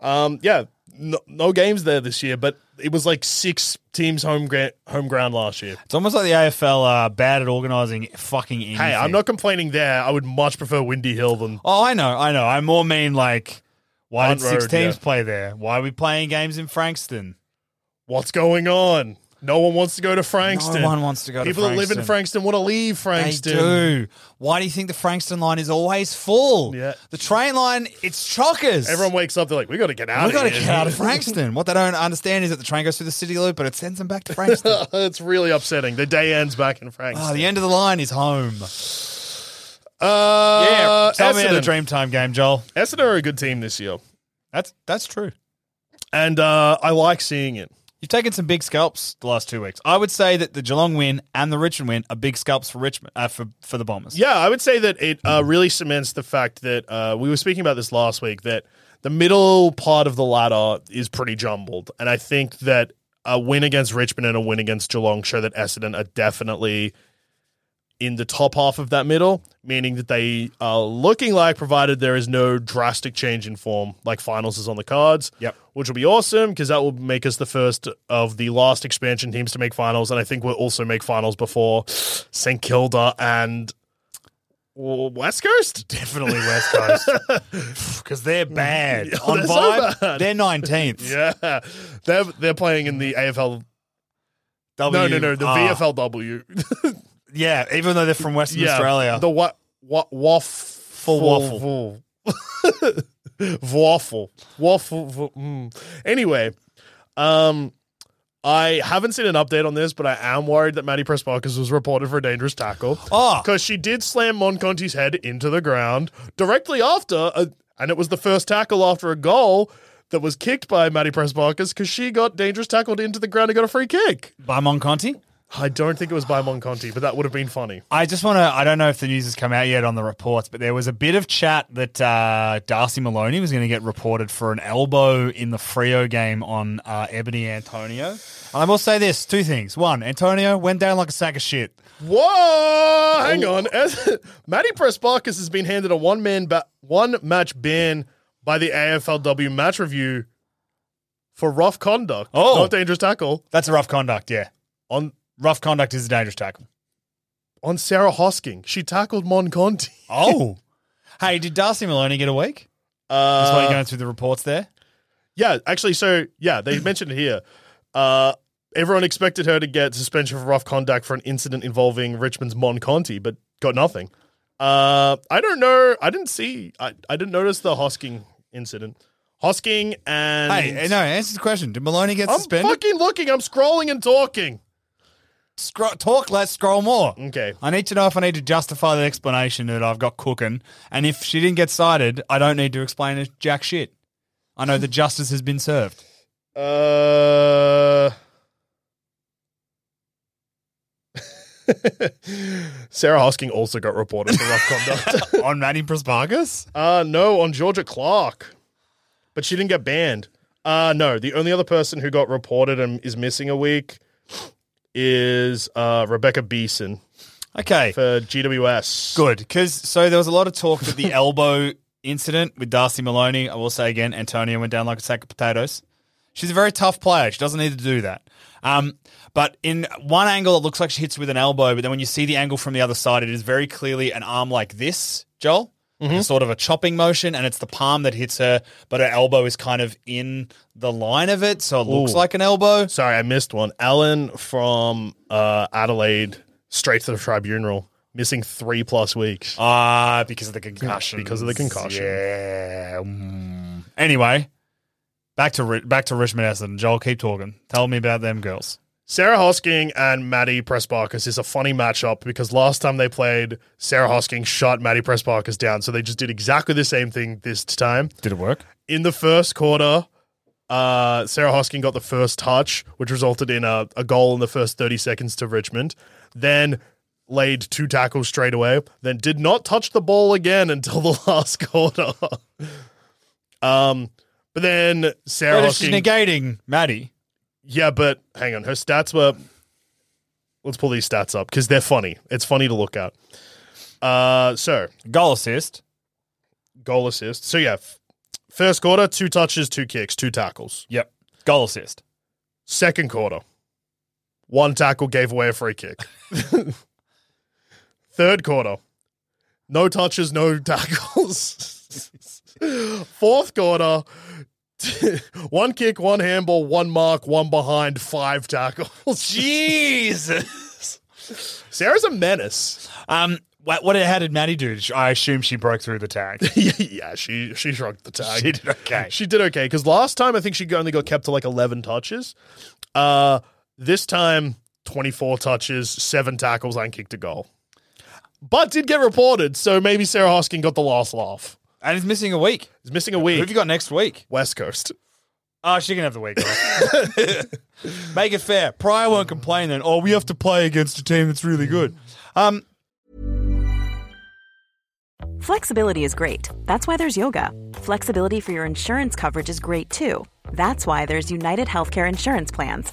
S3: Um, yeah, no, no games there this year, but it was like six teams home gra- home ground last year.
S4: It's almost like the AFL are bad at organising fucking anything.
S3: Hey, I'm not complaining there. I would much prefer Windy Hill than
S4: Oh, I know, I know. I more mean like, why
S3: On
S4: did six
S3: road,
S4: teams
S3: yeah.
S4: play there? Why are we playing games in Frankston?
S3: what's going on. No one wants to go to Frankston.
S4: No one wants to go to
S3: People that live in Frankston want to leave Frankston.
S4: They do. Why do you think the Frankston line is always full?
S3: Yeah.
S4: The train line, it's chockers.
S3: Everyone wakes up. They're like, "We got to get out.
S4: We've got to
S3: of
S4: get out of Frankston. What they don't understand is that the train goes through the city loop, but it sends them back to Frankston.
S3: it's really upsetting. The day ends back in Frankston.
S4: oh, the end of the line is home.
S3: Uh,
S4: tell me the
S3: Essendon.
S4: Dreamtime game, Joel.
S3: Essendon are a good team this year,
S4: That's that's true.
S3: and uh, I like seeing it.
S4: You've taken some big scalps the last two weeks. I would say that the Geelong win and the Richmond win are big scalps for Richmond uh, for for the Bombers.
S3: Yeah, I would say that it uh, really cements the fact that uh, we were speaking about this last week that the middle part of the ladder is pretty jumbled, and I think that a win against Richmond and a win against Geelong show that Essendon are definitely in the top half of that middle, meaning that they are looking like, provided there is no drastic change in form, like finals is on the cards.
S4: Yep.
S3: Which will be awesome because that will make us the first of the last expansion teams to make finals. And I think we'll also make finals before St. Kilda and w- West Coast. Mm-hmm.
S4: Definitely West Coast because they're bad
S3: Yeah,
S4: on
S3: they're so
S4: vibe.
S3: bad.
S4: They're Mm-hmm. nineteenth.
S3: Yeah. They're, they're playing in the AFL. No, no, no. The VFLW.
S4: Yeah, even though they're from Western
S3: yeah.
S4: Australia,
S3: The what? What? Waffle.
S4: waffle.
S3: waffle. Waffle. wa- mm. Anyway, um, I haven't seen an update on this, but I am worried that Maddie Press was reported for a dangerous tackle.
S4: Oh.
S3: Because she did slam Monconti's head into the ground directly after, a, and it was the first tackle after a goal that was kicked by Maddie Press because she got dangerous tackled into the ground and got a free kick.
S4: by Monconti.
S3: I don't think it was by Monconti, but that would have been funny.
S4: I just want to. I don't know if the news has come out yet on the reports, but there was a bit of chat that uh, Darcy Maloney was going to get reported for an elbow in the Frio game on uh, Ebony Antonio. And I will say this: two things. One, Antonio went down like a sack of shit.
S3: Whoa! Hang on. As, Matty Prespakis has been handed a one man ba- one match ban by the AFLW match review for rough conduct.
S4: Oh.
S3: not dangerous tackle
S4: That's a rough conduct. Yeah,
S3: on
S4: rough conduct is a dangerous tackle.
S3: on Sarah Hosking. She tackled Mon Conti.
S4: Oh, hey, did Darcy Maloney get a week? That's why you're going through the reports there.
S3: yeah, actually, so yeah, they mentioned it here. Uh, everyone expected her to get suspension for rough conduct for an incident involving Richmond's Mon Conti, but got nothing. Uh, I don't know. I didn't see. I, I didn't notice the Hosking incident. Hosking and
S4: Hey, no, answer the question. Did Maloney get
S3: I'm
S4: uh, suspended?
S3: fucking looking. I'm scrolling and talking.
S4: scro- talk less, scroll more.
S3: Okay.
S4: I need to know if I need to justify the explanation that I've got cooking. And if she didn't get cited, I don't need to explain it jack shit. I know that justice has been served.
S3: Uh, Sarah Hosking also got reported for rough conduct.
S4: On Manny Praspargas?
S3: Uh, no, on Georgia Clark, but she didn't get banned. Uh, no, the only other person who got reported and is missing a week is uh, Rebecca Beeson
S4: Okay.
S3: for GWS.
S4: Good, because so there was a lot of talk with the elbow incident with Darcy Maloney. I will say again, Antonio went down like a sack of potatoes. She's a very tough player. She doesn't need to do that. Um, but in one angle, it looks like she hits with an elbow, but then when you see the angle from the other side, it is very clearly an arm like this, Joel. Like a sort of a chopping motion, and it's the palm that hits her, but her elbow is kind of in the line of it, so it looks
S3: Ooh.
S4: like an elbow.
S3: Sorry, I missed one. Alan from uh, Adelaide, straight to the tribunal, missing three plus weeks.
S4: Ah, because of the concussion.
S3: Because of the concussion.
S4: Yeah. Mm. Anyway, back to Ri- back to Richmond Essendon. Joel, keep talking. Tell me about them girls.
S3: Sarah Hosking and Maddie Pressbarkers is a funny matchup because last time they played, Sarah Hosking shot Maddie Pressbarkers down. So they just did exactly the same thing this time.
S4: Did it work?
S3: in the first quarter, uh, Sarah Hosking got the first touch, which resulted in a, a goal in the first 30 seconds to Richmond. Then laid two tackles straight away, then did not touch the ball again until the last quarter. um, but then Sarah
S4: she's
S3: Hosking.
S4: negating Maddie.
S3: yeah, but hang on. Her stats were. Let's pull these stats up because they're funny. It's funny to look at. Uh, so
S4: Goal assist.
S3: goal assist. So yeah, f- first quarter, two touches, two kicks, two tackles.
S4: Yep. Goal assist.
S3: Second quarter, one tackle gave away a free kick. Third quarter, no touches, no tackles. Fourth quarter, one kick, one handball, one mark, one behind, five tackles.
S4: Jesus.
S3: Sarah's a menace.
S4: um. What, what? How did Maddie do? I assume she broke through the tag.
S3: yeah, she she shrugged the tag.
S4: She did okay.
S3: She did okay because last time I think she only got kept to like eleven touches. Uh, this time twenty four touches, seven tackles, and kicked a goal. But did get reported, so maybe Sarah Hoskin got the last laugh.
S4: and it's missing a week.
S3: Is missing a
S4: Who have
S3: week.
S4: you got next week?
S3: West Coast.
S4: Oh, she can have the week off. Make it fair. Pryor won't complain then. Oh, we have to play against a team that's really good. Um,
S6: Flexibility is great. That's why there's yoga. Flexibility for your insurance coverage is great too. That's why there's United Healthcare Insurance Plans.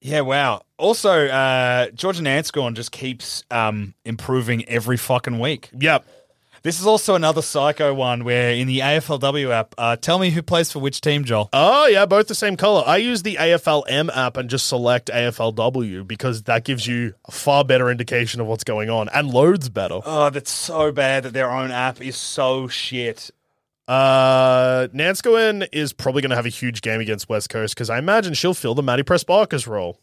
S4: yeah, wow. Also, uh, Georgia Nanscorn just keeps um, improving every fucking week.
S3: Yep.
S4: This is also another psycho one where in the AFLW app, uh, tell me who plays for which team, Joel.
S3: Oh yeah, both the same color. I use the AFLM app and just select AFLW because that gives you a far better indication of what's going on and loads better.
S4: Oh, that's so bad that their own app is so shit.
S3: Uh, Nanskoen is probably going to have a huge game against West Coast because I imagine she'll fill the Maddie Press Barkers role.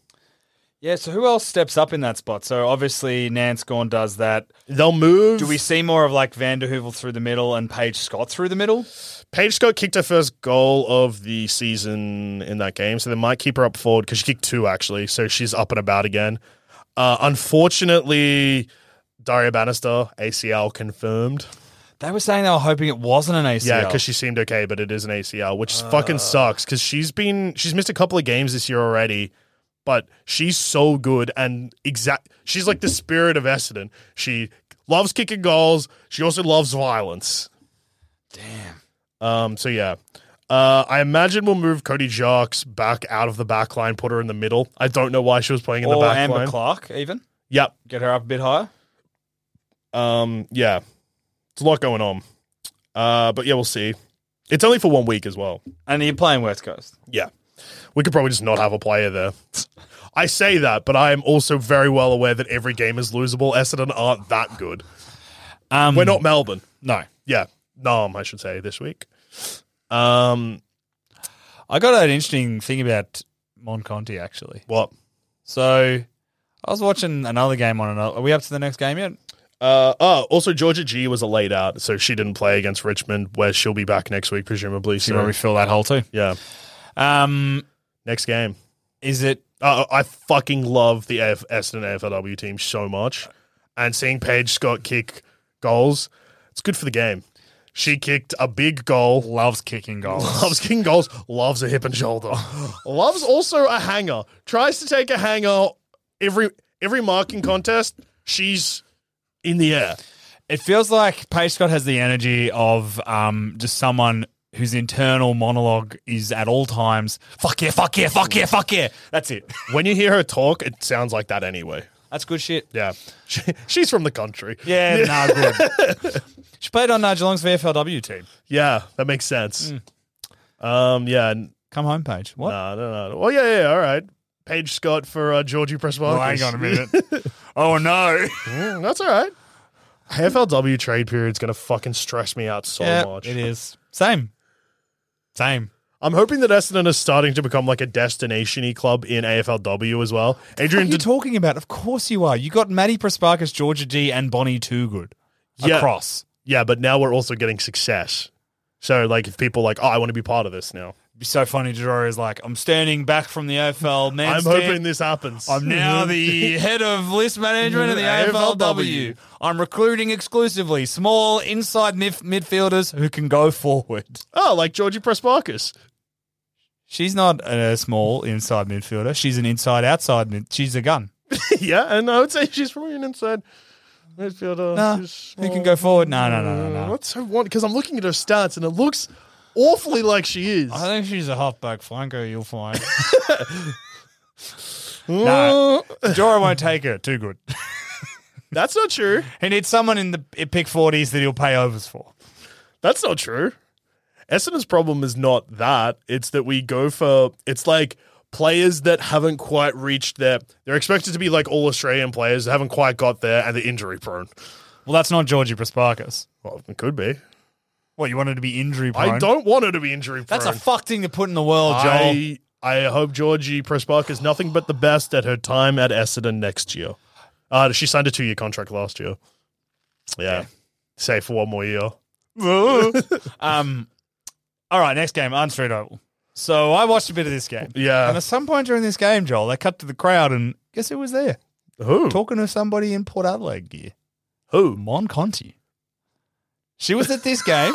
S4: Yeah, so who else steps up in that spot? So obviously Nance Gorn does that.
S3: They'll move.
S4: Do we see more of like Vanderhoovel through the middle and Paige Scott through the middle?
S3: Paige Scott kicked her first goal of the season in that game, so they might keep her up forward because she kicked two actually, so she's up and about again. Uh, unfortunately, Daria Bannister ACL confirmed.
S4: They were saying they were hoping it wasn't an ACL.
S3: Yeah, because she seemed okay, but it is an ACL, which
S4: Uh.
S3: fucking sucks because she's been she's missed a couple of games this year already, but she's so good and exact. She's like the spirit of Essendon. She loves kicking goals. She also loves violence. Damn. Um. So yeah. Uh, I imagine we'll move Cody Jocks back out of the back line, put her in the middle. I don't know why she was playing in the
S4: or
S3: back
S4: Amber
S3: line.
S4: Clark even
S3: Yep.
S4: get her up a bit higher.
S3: Um, yeah, it's a lot going on. Uh, but yeah, we'll see. It's only for one week as well.
S4: And you're playing West Coast.
S3: Yeah, we could probably just not have a player there. I say that, but I am also very well aware that every game is losable. Essendon aren't that good.
S4: Um,
S3: We're not Melbourne.
S4: No,
S3: Yeah, Nam, I should say this week. Um,
S4: I got an interesting thing about Monconti actually.
S3: what?
S4: So I was watching another game on another. Are we up to the next game yet?
S3: Uh, oh, also Georgia G was a laid out, so she didn't play against Richmond, where she'll be back next week presumably.
S4: Do you want
S3: So
S4: to fill that hole too?
S3: yeah,
S4: Um,
S3: next game.
S4: is it
S3: Uh, I fucking love the AF- Essendon AFLW team so much, and seeing Paige Scott kick goals, it's good for the game. She kicked a big goal.
S4: loves kicking goals?
S3: Loves kicking goals. Loves a hip and shoulder. loves also a hanger. Tries to take a hanger every every marking contest. She's in the air.
S4: It feels like Paige Scott has the energy of um, just someone whose internal monologue is at all times "fuck yeah, fuck yeah, fuck yeah, fuck yeah." That's it.
S3: When you hear her talk, it sounds like that anyway.
S4: That's good shit.
S3: Yeah, she, she's from the country.
S4: Yeah, nah, good. she played on uh, Geelong's VFLW team.
S3: yeah, that makes sense.
S4: Mm.
S3: Um, yeah, and
S4: Come home, Paige. What?
S3: No, no, no. Well, yeah, yeah, all right. Paige Scott for uh, Georgie Press
S4: Oh, hang on a minute. oh no.
S3: That's all right. AFLW trade period's going to fucking stress me out so much.
S4: it is same, same.
S3: I'm hoping that Essendon is starting to become like a destination-y club in AFLW as well.
S4: What are
S3: Adrian
S4: you
S3: did
S4: talking about? Of course you are. You got Maddie Prasparkas, Georgia G, and Bonnie Toogood
S3: Yeah.
S4: across.
S3: Yeah, but now we're also getting success. So like if people are like, "Oh, I want to be part of this now."
S4: It'd be so funny. Jadora is like, I'm standing back from the AFL. Man
S3: I'm
S4: stand.
S3: hoping this happens.
S4: I'm now the head of list management of the AFLW. I'm recruiting exclusively small inside mif- midfielders who can go forward.
S3: Oh, like Georgie Pressparkis.
S4: She's not a small inside midfielder. She's an inside outside. Mid- she's a gun.
S3: yeah, and I would say she's probably an inside midfielder.
S4: Nah,
S3: She's
S4: who
S3: small.
S4: can go forward? No, no, no, no, no.
S3: Mm, What's her one? Because I'm looking at her stats and it looks awfully like she is.
S4: I think she's a halfback flanker. You'll find.
S3: Uh,
S4: Jora won't take her. Too good.
S3: That's not true.
S4: He needs someone in the pick 40s that he'll pay overs for.
S3: That's not true. Essendon's problem is not that. It's that we go for it's like players that haven't quite reached their. They're expected to be like all Australian players that haven't quite got there and they're injury prone.
S4: Well, that's not Georgie Prasparkas.
S3: Well, it could be.
S4: What, you wanted to be injury prone?
S3: I don't want her to be injury prone.
S4: That's a fuck thing to put in the world, Joel.
S3: I, I hope Georgie Presspark is nothing but the best at her time at Essendon next year. Uh, she signed a two year contract last year. Yeah. Say for one more year.
S4: um, all right, next game, Unsweet Oval. So I watched a bit of this game.
S3: Yeah.
S4: And at some point during this game, Joel, they cut to the crowd and guess who was there?
S3: Who?
S4: Talking to somebody in Port Adelaide gear.
S3: Hmm. Who?
S4: Mon Conti. She was at this game,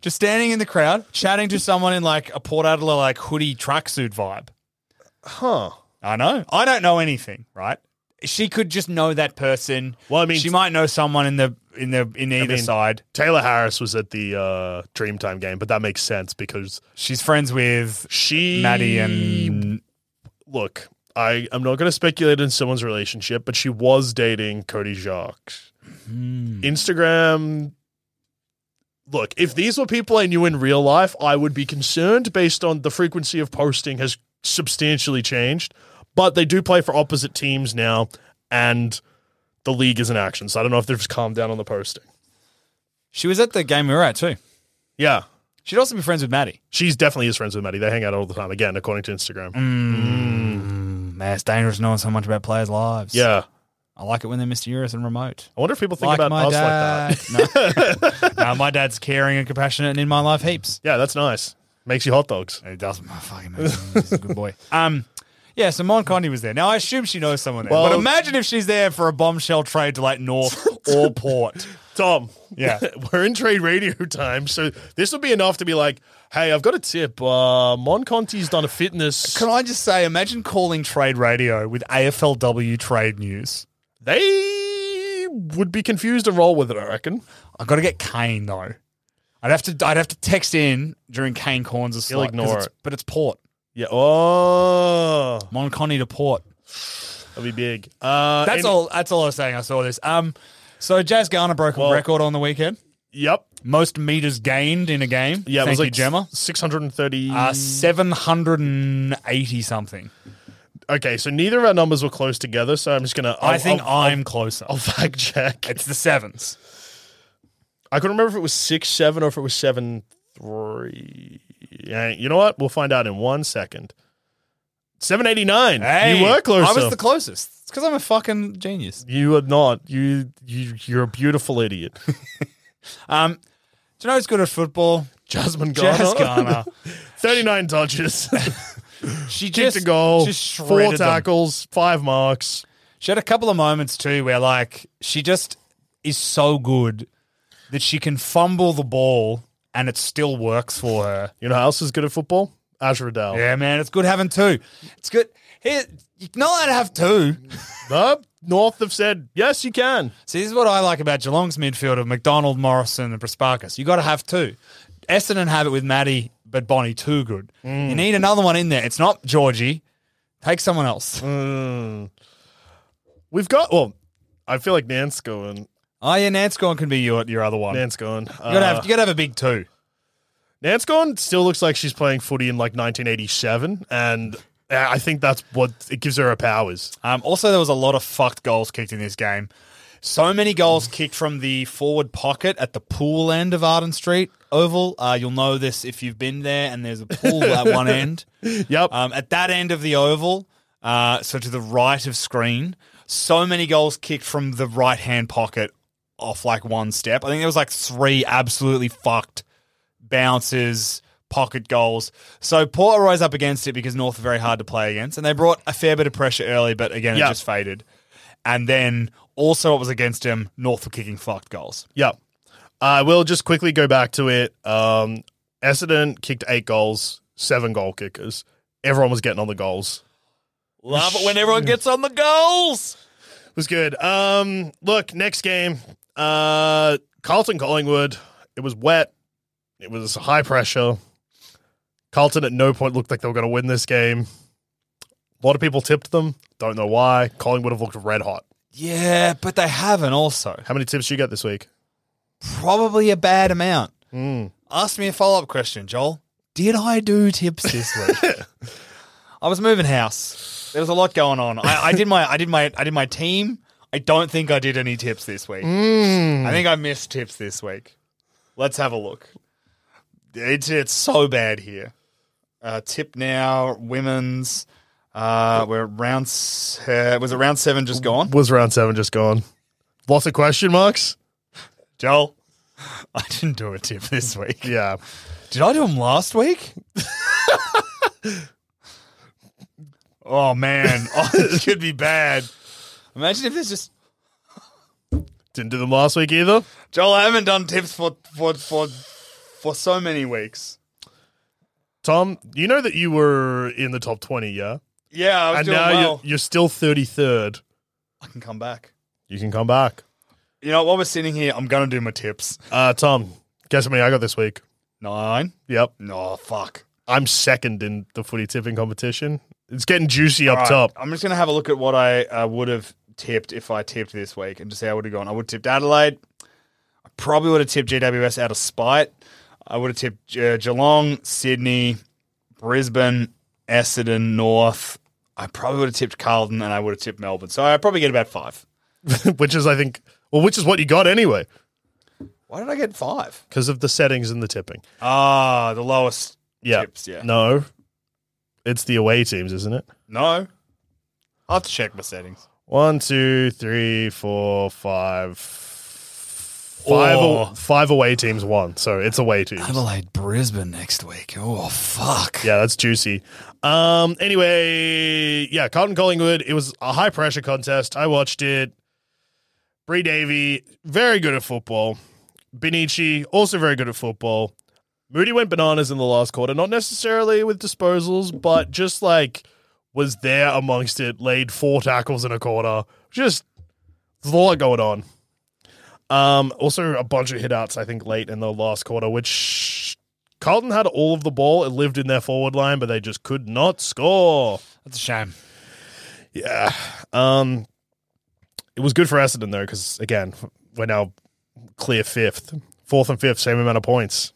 S4: just standing in the crowd, chatting to someone in like a Port Adelaide like hoodie tracksuit vibe.
S3: Huh.
S4: I know. I don't know anything, right? She could just know that person.
S3: Well, I mean-
S4: she might know someone in the in the in either
S3: mean-
S4: side.
S3: Taylor Harris was at the uh, Dreamtime game, but that makes sense because
S4: She's friends with
S3: she.
S4: Maddie and
S3: Look, I, I'm not going to speculate in someone's relationship, but she was dating Cody Jacques.
S4: Hmm.
S3: Instagram. Look, if these were people I knew in real life, I would be concerned based on the frequency of posting has substantially changed. But they do play for opposite teams now, and the league is in action. So I don't know if they've just calmed down on the posting.
S4: she was at the game we were at too.
S3: Yeah.
S4: She'd also be friends with Maddie. Mm.
S3: She's definitely is friends with Maddie. They hang out all the time, again, according to Instagram.
S4: man, it's dangerous knowing so much about players' lives.
S3: Yeah.
S4: I like it when they're mysterious and remote.
S3: I wonder if people think
S4: Like
S3: about
S4: my
S3: us
S4: dad.
S3: like that.
S4: no. No, my dad's caring and compassionate and in my life heaps.
S3: Yeah, that's nice. Makes you hot dogs.
S4: It doesn't fucking make sense. He's a good boy. Um, yeah, so Mon Condi was there. Now I assume she knows someone there.
S3: Well-
S4: but imagine if she's there for a bombshell trade to like North or Port.
S3: Tom,
S4: Yeah.
S3: we're in trade radio time, so this would be enough to be like, hey, I've got a tip. Uh, Mon Conti's done a fitness.
S4: Can I just say, imagine calling trade radio with AFLW trade news.
S3: they would be confused and roll with it, I reckon.
S4: I got to get Kane though. I'd have to I'd have to text in during Kane Corns' slot.
S3: He'll
S4: 'cause
S3: ignore
S4: it's-
S3: it.
S4: but it's Port.
S3: Yeah. Oh,
S4: Mon Connie to Port.
S3: that'd be big. Uh,
S4: That's
S3: any-
S4: all. That's all I was saying. I saw this. Um, so Jazz Garner broke a
S3: Well-
S4: record on the weekend.
S3: Yep.
S4: Most meters gained in a game.
S3: Yeah,
S4: Thank
S3: it was
S4: you,
S3: like
S4: Gemma.
S3: 630.
S4: Uh, seven hundred and eighty something.
S3: okay, so neither of our numbers were close together, so I'm just going to.
S4: I think i am closer.
S3: I'll fact check.
S4: it's the sevens.
S3: I couldn't remember if it was six seven or if it was seven three. Yeah, you know what? We'll find out in one second. Seven eighty nine.
S4: Hey,
S3: you were closer.
S4: I was the closest. It's because I'm a fucking genius.
S3: you are not. You you you're a beautiful idiot.
S4: Um, do you know who's good at football?
S3: Jasmine Garner.
S4: Jazz Garner.
S3: Thirty nine touches.
S4: She
S3: Kicked
S4: just
S3: a goal.
S4: Just
S3: four
S4: shredded them.
S3: tackles. Five marks.
S4: She had a couple of moments too where like she just is so good that she can fumble the ball and it still works for her.
S3: You know how else is good at football? Azra Dell.
S4: Yeah, man, it's good having two. It's good. Here, you're not allowed to have two.
S3: The North have said yes, you can.
S4: See, this is what I like about Geelong's midfield of McDonald, Morrison, and Prasparkas. You got to have two. Essendon have it with Maddie, but Bonnie too good. You need another one in there. It's not Georgie. Take someone else.
S3: We've got. Well, I feel like Nance going.
S4: Oh yeah, Nance Gorn can be your your other one.
S3: Nance uh, going.
S4: you gotta have you gotta have a big two.
S3: Nance gone still looks like she's playing footy in like 1987, and uh, I think that's what it gives her her powers.
S4: Um, also, there was a lot of fucked goals kicked in this game. So many goals kicked from the forward pocket at the pool end of Arden Street Oval. Uh, you'll know this if you've been there, and there's a pool at one end.
S3: Yep.
S4: Um, at that end of the oval, uh, so to the right of screen, so many goals kicked from the right hand pocket off like one step. I think there was like three absolutely fucked bounces, pocket goals. So Port rose up against it because North are very hard to play against, and they brought a fair bit of pressure early, but again,
S3: Yeah.
S4: it just faded. And then also, it was against him. North were kicking fucked goals.
S3: yep. I will Uh, just quickly go back to it. Um, Essendon kicked eight goals, seven goal kickers. Everyone was getting on the goals.
S4: Love it when everyone gets on the goals.
S3: It was good. Um, look, next game, uh, Carlton Collingwood. It was wet. It was high pressure. Carlton at no point looked like they were going to win this game. A lot of people tipped them. Don't know why. Collingwood have looked red hot.
S4: Yeah, but they haven't also.
S3: How many tips you get this week?
S4: probably a bad amount. Ask me a follow up question, Joel. Did I do tips this week? I was moving house. There was a lot going on. I, I did my I did my I did my team. I don't think I did any tips this week. I think I missed tips this week. Let's have a look. It's it's so bad here. Uh, tip now, women's. Uh, we're round. s- Uh, was it round seven just gone?
S3: Was round seven just gone? Lots of question marks.
S4: Joel, I didn't do a tip this week.
S3: Yeah,
S4: Did I do them last week? oh man, oh, this could be bad. Imagine if there's just
S3: didn't do them last week either.
S4: Joel. I haven't done tips for for for for so many weeks.
S3: Tom, you know that you were in the top twenty, yeah,
S4: Yeah, I was
S3: and
S4: doing
S3: now
S4: well.
S3: you're, you're still thirty third.
S4: I can come back.
S3: You can come back.
S4: You know, while we're sitting here, I'm gonna do my tips.
S3: Uh, Tom, guess how many I got this week?
S4: Nine.
S3: Yep,
S4: No, fuck.
S3: I'm second in the footy tipping competition. It's getting juicy up
S4: All right,
S3: top.
S4: I'm just gonna have a look at what I uh, would have tipped if I tipped this week, and just how I would have gone. I would have tipped Adelaide. I probably would have tipped GWS out of spite. I would have tipped uh, Geelong, Sydney, Brisbane, Essendon, North. I probably would have tipped Carlton, and I would have tipped Melbourne. So I probably get about five.
S3: which is, I think, well, which is what you got anyway,
S4: Why did I get five?
S3: because of the settings and the tipping.
S4: Ah, the lowest
S3: Yeah,
S4: tips. Yeah,
S3: no, it's the away teams, isn't it?
S4: no. I'll have to check my settings.
S3: One, two, three, four, five. Five,
S4: Oh.
S3: aw- five away teams won, so it's away teams.
S4: Adelaide, Brisbane next week. Oh, fuck.
S3: Yeah, that's juicy. Um, anyway, yeah, Carlton Collingwood. It was a high pressure contest. I watched it. Bree Davy, very good at football. Benici, also very good at football. Moody went bananas in the last quarter, not necessarily with disposals, but just like was there amongst it, laid four tackles in a quarter. Just there's a lot going on. Um, also a bunch of hitouts, I think, late in the last quarter, which Carlton had all of the ball. It lived in their forward line, but they just could not score.
S4: That's a shame.
S3: Yeah. Um, it was good for Essendon though, because again, we're now clear fifth, fourth and fifth, same amount of points.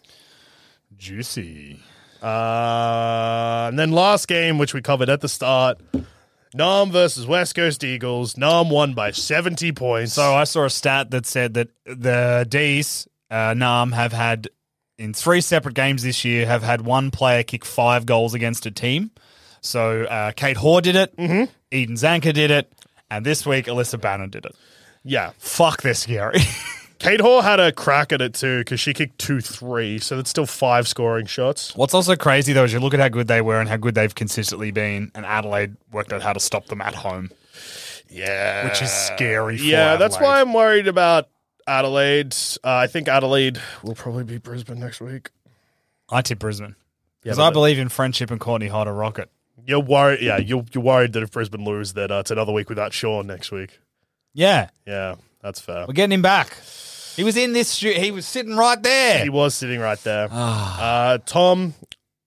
S4: Juicy.
S3: Uh, and then last game, which we covered at the start, Nam versus West Coast Eagles. Nam won by seventy points.
S4: So Oh, I saw a stat that said that the D's, uh, Nam, have had in three separate games this year have had one player kick five goals against a team. So uh, Kate Hoare did it,
S3: Mm-hmm.
S4: Eden Zanka did it, and this week Alyssa Bannon did it.
S3: yeah,
S4: Fuck this, Gary.
S3: Kate Hoare had a crack at it too because she kicked two three, so that's still five scoring shots.
S4: What's also crazy though is you look at how good they were and how good they've consistently been, and Adelaide worked out how to stop them at home,
S3: Yeah,
S4: which is scary. For
S3: Yeah, that's why
S4: Adelaide.
S3: I'm worried about Adelaide. Uh, I think Adelaide will probably be Brisbane next week.
S4: I tip Brisbane because
S3: but
S4: I
S3: the-
S4: believe in friendship and Courtney Hodder Rocket.
S3: You're worried, yeah. You're, you're worried that if Brisbane lose, that uh, it's another week without Sean next week.
S4: Yeah,
S3: Yeah, that's fair.
S4: we're getting him back. He was in this. Stu- he was sitting right there.
S3: He was sitting right there. uh, Tom,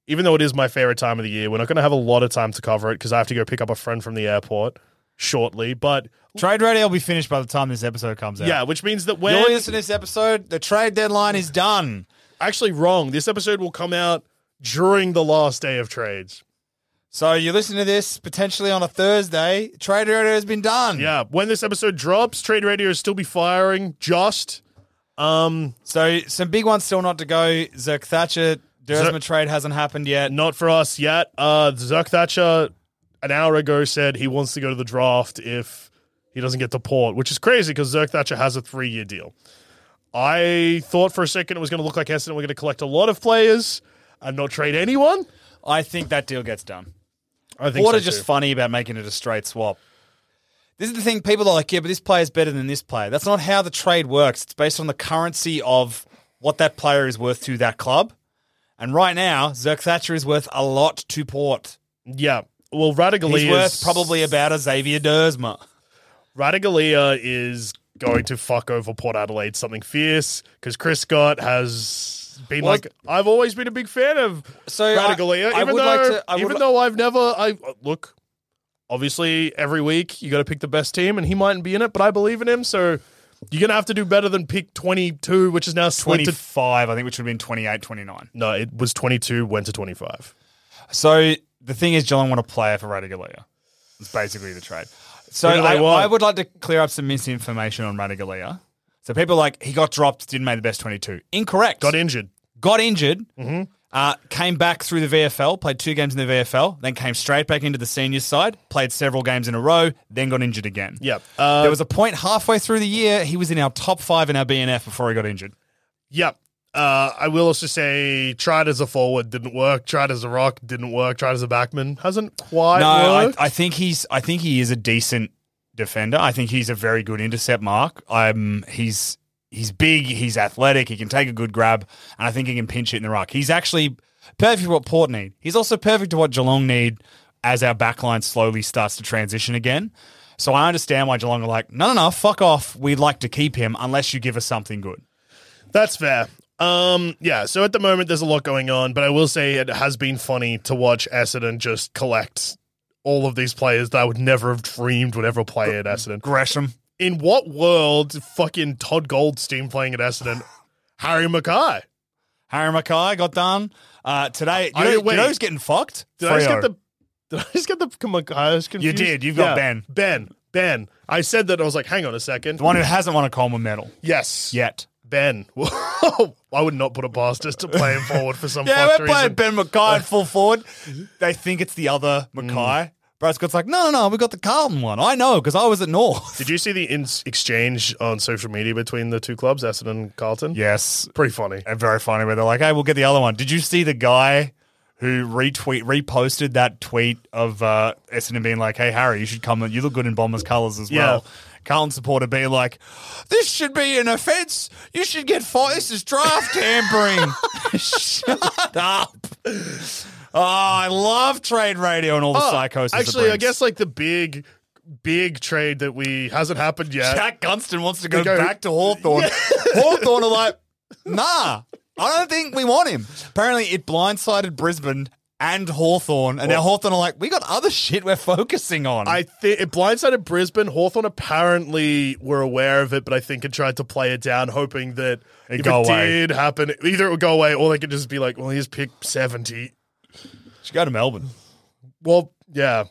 S3: even though it is my favorite time of the year, we're not going to have a lot of time to cover it because I have to go pick up a friend from the airport shortly. But
S4: Trade radio will be finished by the time this episode comes out.
S3: yeah, which means that
S4: When
S3: when
S4: You're listening to this episode, the trade deadline is done.
S3: actually wrong, this episode will come out during the last day of trades.
S4: So you listen to this potentially on a Thursday. Trade radio has been done.
S3: Yeah, when this episode drops, Trade Radio will still be firing. Just um,
S4: So some big ones still not to go. Zerk Thatcher, Dersma
S3: Zerk-
S4: trade hasn't happened yet.
S3: not for us yet. Uh, Zuck Thatcher an hour ago said he wants to go to the draft if he doesn't get to port, which is crazy because Zerk Thatcher has a three year deal. I thought for a second it was going to look like Essendon were going to collect a lot of players and not trade anyone.
S4: I think that deal gets done.
S3: I think
S4: What
S3: so
S4: are just
S3: too.
S4: funny about making it a straight swap? This is the thing. People are like, yeah, but this player's better than this player. That's not how the trade works. It's based on the currency of what that player is worth to that club. And right now, Zerk Thatcher is worth a lot to Port.
S3: yeah. Well, Radagalia
S4: He's worth
S3: is-
S4: probably about a Xavier Dersma.
S3: Radagalia is going to fuck over Port Adelaide something fierce because Chris Scott has been
S4: Well,
S3: like I've always been a big fan of
S4: So I-
S3: Radagalia.
S4: I
S3: even
S4: would
S3: though,
S4: like to- I would
S3: even
S4: li-
S3: though I've never, I look. Obviously, every week you got to pick the best team, and he mightn't be in it, but I believe in him. So you're gonna have to do better than pick 22, which is now split to.
S4: 25, I think, which would have been 28, 29.
S3: No, it was 22, went to 25.
S4: So the thing is, Geelong want a player for Radagalia. It's basically the trade. So
S3: Who do they
S4: I,
S3: want?
S4: I would like to clear up some misinformation on Radagalia. So people are like he got dropped, didn't make the best twenty-two. Incorrect.
S3: Got Mm-hmm. injured.
S4: Got injured. Uh, came back through the VFL, played two games in the VFL, then came straight back into the senior side, played several games in a row, then got injured again.
S3: Yeah. Uh,
S4: there was a point halfway through the year he was in our top five in our BNF before he got injured.
S3: Yep. Uh, I will also say, tried as a forward didn't work. Tried as a rock didn't work. Tried as a backman hasn't quite
S4: no,
S3: worked.
S4: I, I think he's. I think he is a decent defender. I think he's a very good intercept mark. Um, he's he's big. He's athletic. He can take a good grab, and I think he can pinch it in the ruck. He's actually perfect for what Port need. He's also perfect to what Geelong need as our backline slowly starts to transition again. So I understand why Geelong are like, no, no, no, fuck off. We'd like to keep him unless you give us something good.
S3: That's fair. Um, yeah. So at the moment, there's a lot going on, but I will say it has been funny to watch Essendon just collect all of these players that I would never have dreamed would ever play at Essendon.
S4: Gresham,
S3: In what world, fucking Todd Goldstein playing at Essendon? Harry Mackay.
S4: Harry Mackay got done uh, today. You
S3: I-
S4: know, you
S3: wait.
S4: know who's getting fucked?
S3: Did I just get
S4: Freo.
S3: the? Did I just get the Mackay's confused?
S4: did. You've got Ben.
S3: Ben. Ben. I said that. I was like, hang on a second.
S4: the one who hasn't won a Coleman medal
S3: Yes.
S4: yet?
S3: Ben. I would not put it past us to play him forward for some
S4: Yeah,
S3: fucked
S4: we're
S3: reason.
S4: playing Ben Mackay at full forward. They think it's the other Mackay, Brad Scott's like, no, no, no, we got the Carlton one. I know because I was at North.
S3: Did you see the in- exchange on social media between the two clubs, Essendon and Carlton?
S4: Yes,
S3: Pretty funny.
S4: and very funny where they're like, "Hey, we'll get the other one." Did you see the guy who retweet reposted that tweet of uh, Essendon being like, "Hey, Harry, you should come. You look good in Bombers colours as well."
S3: Yeah.
S4: Carlton supporter being like, "This should be an offence. You should get fired. This is draft tampering." Shut up. Oh, I love trade radio and all the
S3: Oh,
S4: psychosis. it
S3: Actually, I
S4: brings.
S3: guess like the big, big trade that we hasn't happened yet.
S4: Jack Gunston wants to go,
S3: They Uh, go-
S4: back to Hawthorn. Hawthorn are like, nah, I don't think we want him. Apparently, it blindsided Brisbane and Hawthorn, and now Hawthorn are like, we got other shit we're focusing on.
S3: I think it blindsided Brisbane. Hawthorn apparently were aware of it, but I think it tried to play it down, hoping that
S4: It'd
S3: if
S4: go
S3: it
S4: away.
S3: did happen, either it would go away or they could just be like, well, here's pick 70.
S4: should go to Melbourne.
S3: Well, yeah.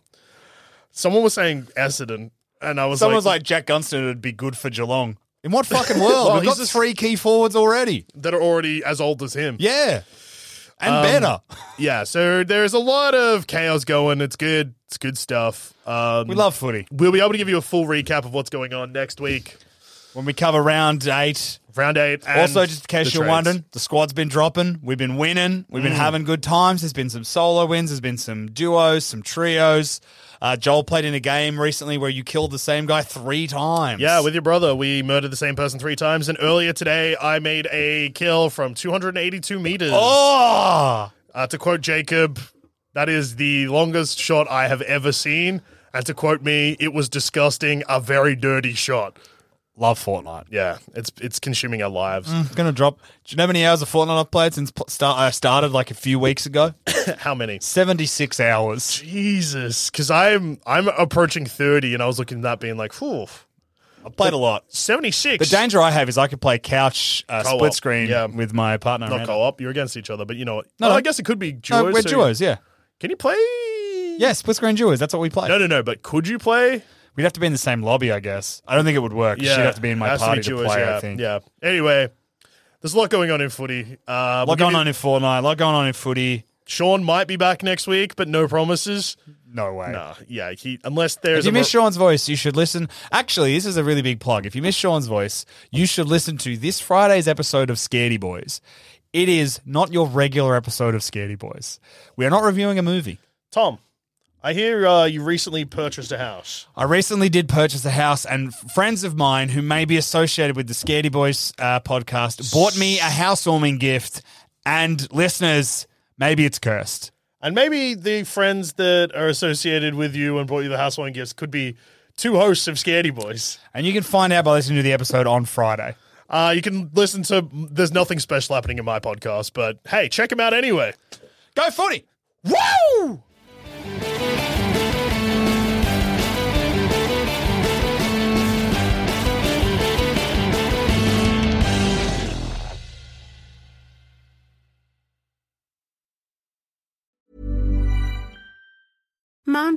S3: Someone was saying Essendon, and I was
S4: Someone's
S3: like,
S4: like, Jack Gunston would be good for Geelong. In what fucking world?
S3: Well,
S4: We've got
S3: he's just-
S4: three key forwards already.
S3: that are already as old as him.
S4: Yeah. And
S3: Um,
S4: better.
S3: Yeah, so there's a lot of chaos going. It's good. It's good stuff. Um,
S4: We love footy.
S3: We'll be able to give you a full recap of what's going on next week,
S4: When we cover round eight,
S3: round eight. And
S4: also, just in case
S3: the
S4: you're
S3: trades. Mm.
S4: wondering, the squad's been dropping. We've been winning. We've been having good times. There's been some solo wins. There's been some duos, some trios. Uh, Joel played in a game recently where you killed the same guy three times.
S3: Yeah, with your brother, we murdered the same person three times. And earlier today, I made a kill from 282 meters.
S4: oh,
S3: Uh, to quote Jacob, that is the longest shot I have ever seen. And to quote me, it was disgusting, a very dirty shot.
S4: love Fortnite.
S3: Yeah, it's it's consuming our lives.
S4: I'm gonna drop. Do you know how many hours of Fortnite I've played since pl- start, I started like a few weeks ago?
S3: How many?
S4: Seventy six hours.
S3: Jesus, because I'm I'm approaching 30, and I was looking at that being like, whew,
S4: I've played a lot.
S3: 76.
S4: The danger I have is I could play couch uh,
S3: Co-op,
S4: split screen
S3: yeah.
S4: with my partner.
S3: not
S4: Amanda.
S3: co-op. You're against each other, but you know, no,
S4: No, no.
S3: I guess it could be duos.
S4: No, we're
S3: so-
S4: duos. Yeah,
S3: Can you play?
S4: yeah, split screen duos. That's what we play.
S3: No, no, no. But could you play?
S4: We'd have to be in the same lobby, I guess. I don't think it would work. She'd have to be in my
S3: has
S4: party
S3: be
S4: to,
S3: duos,
S4: play,
S3: Yeah,
S4: I think.
S3: yeah. Anyway, there's a lot going on in footy. Uh,
S4: A
S3: we'll
S4: lot
S3: give
S4: going
S3: you-
S4: on in Fortnite, a lot going on in footy.
S3: Sean might be back next week, but no promises.
S4: No way.
S3: Nah, yeah, he unless there's
S4: If you
S3: a
S4: miss Sean's voice, you should listen. Actually, this is a really big plug. If you miss Sean's voice, you should listen to this Friday's episode of Scaredy Boys. It is not your regular episode of Scaredy Boys. We are not reviewing a movie.
S3: Tom. I hear uh, you recently purchased a house.
S4: I recently did purchase a house, and f- friends of mine who may be associated with the Scaredy Boys uh, podcast bought me a housewarming gift. And listeners, maybe it's cursed.
S3: And maybe the friends that are associated with you and brought you the housewarming gifts could be two hosts of Scaredy Boys.
S4: And you can find out by listening to the episode on Friday.
S3: Uh, you can listen to There's Nothing Special Happening in My Podcast, but hey, check them out anyway.
S4: Go footy! Woo!
S7: Mom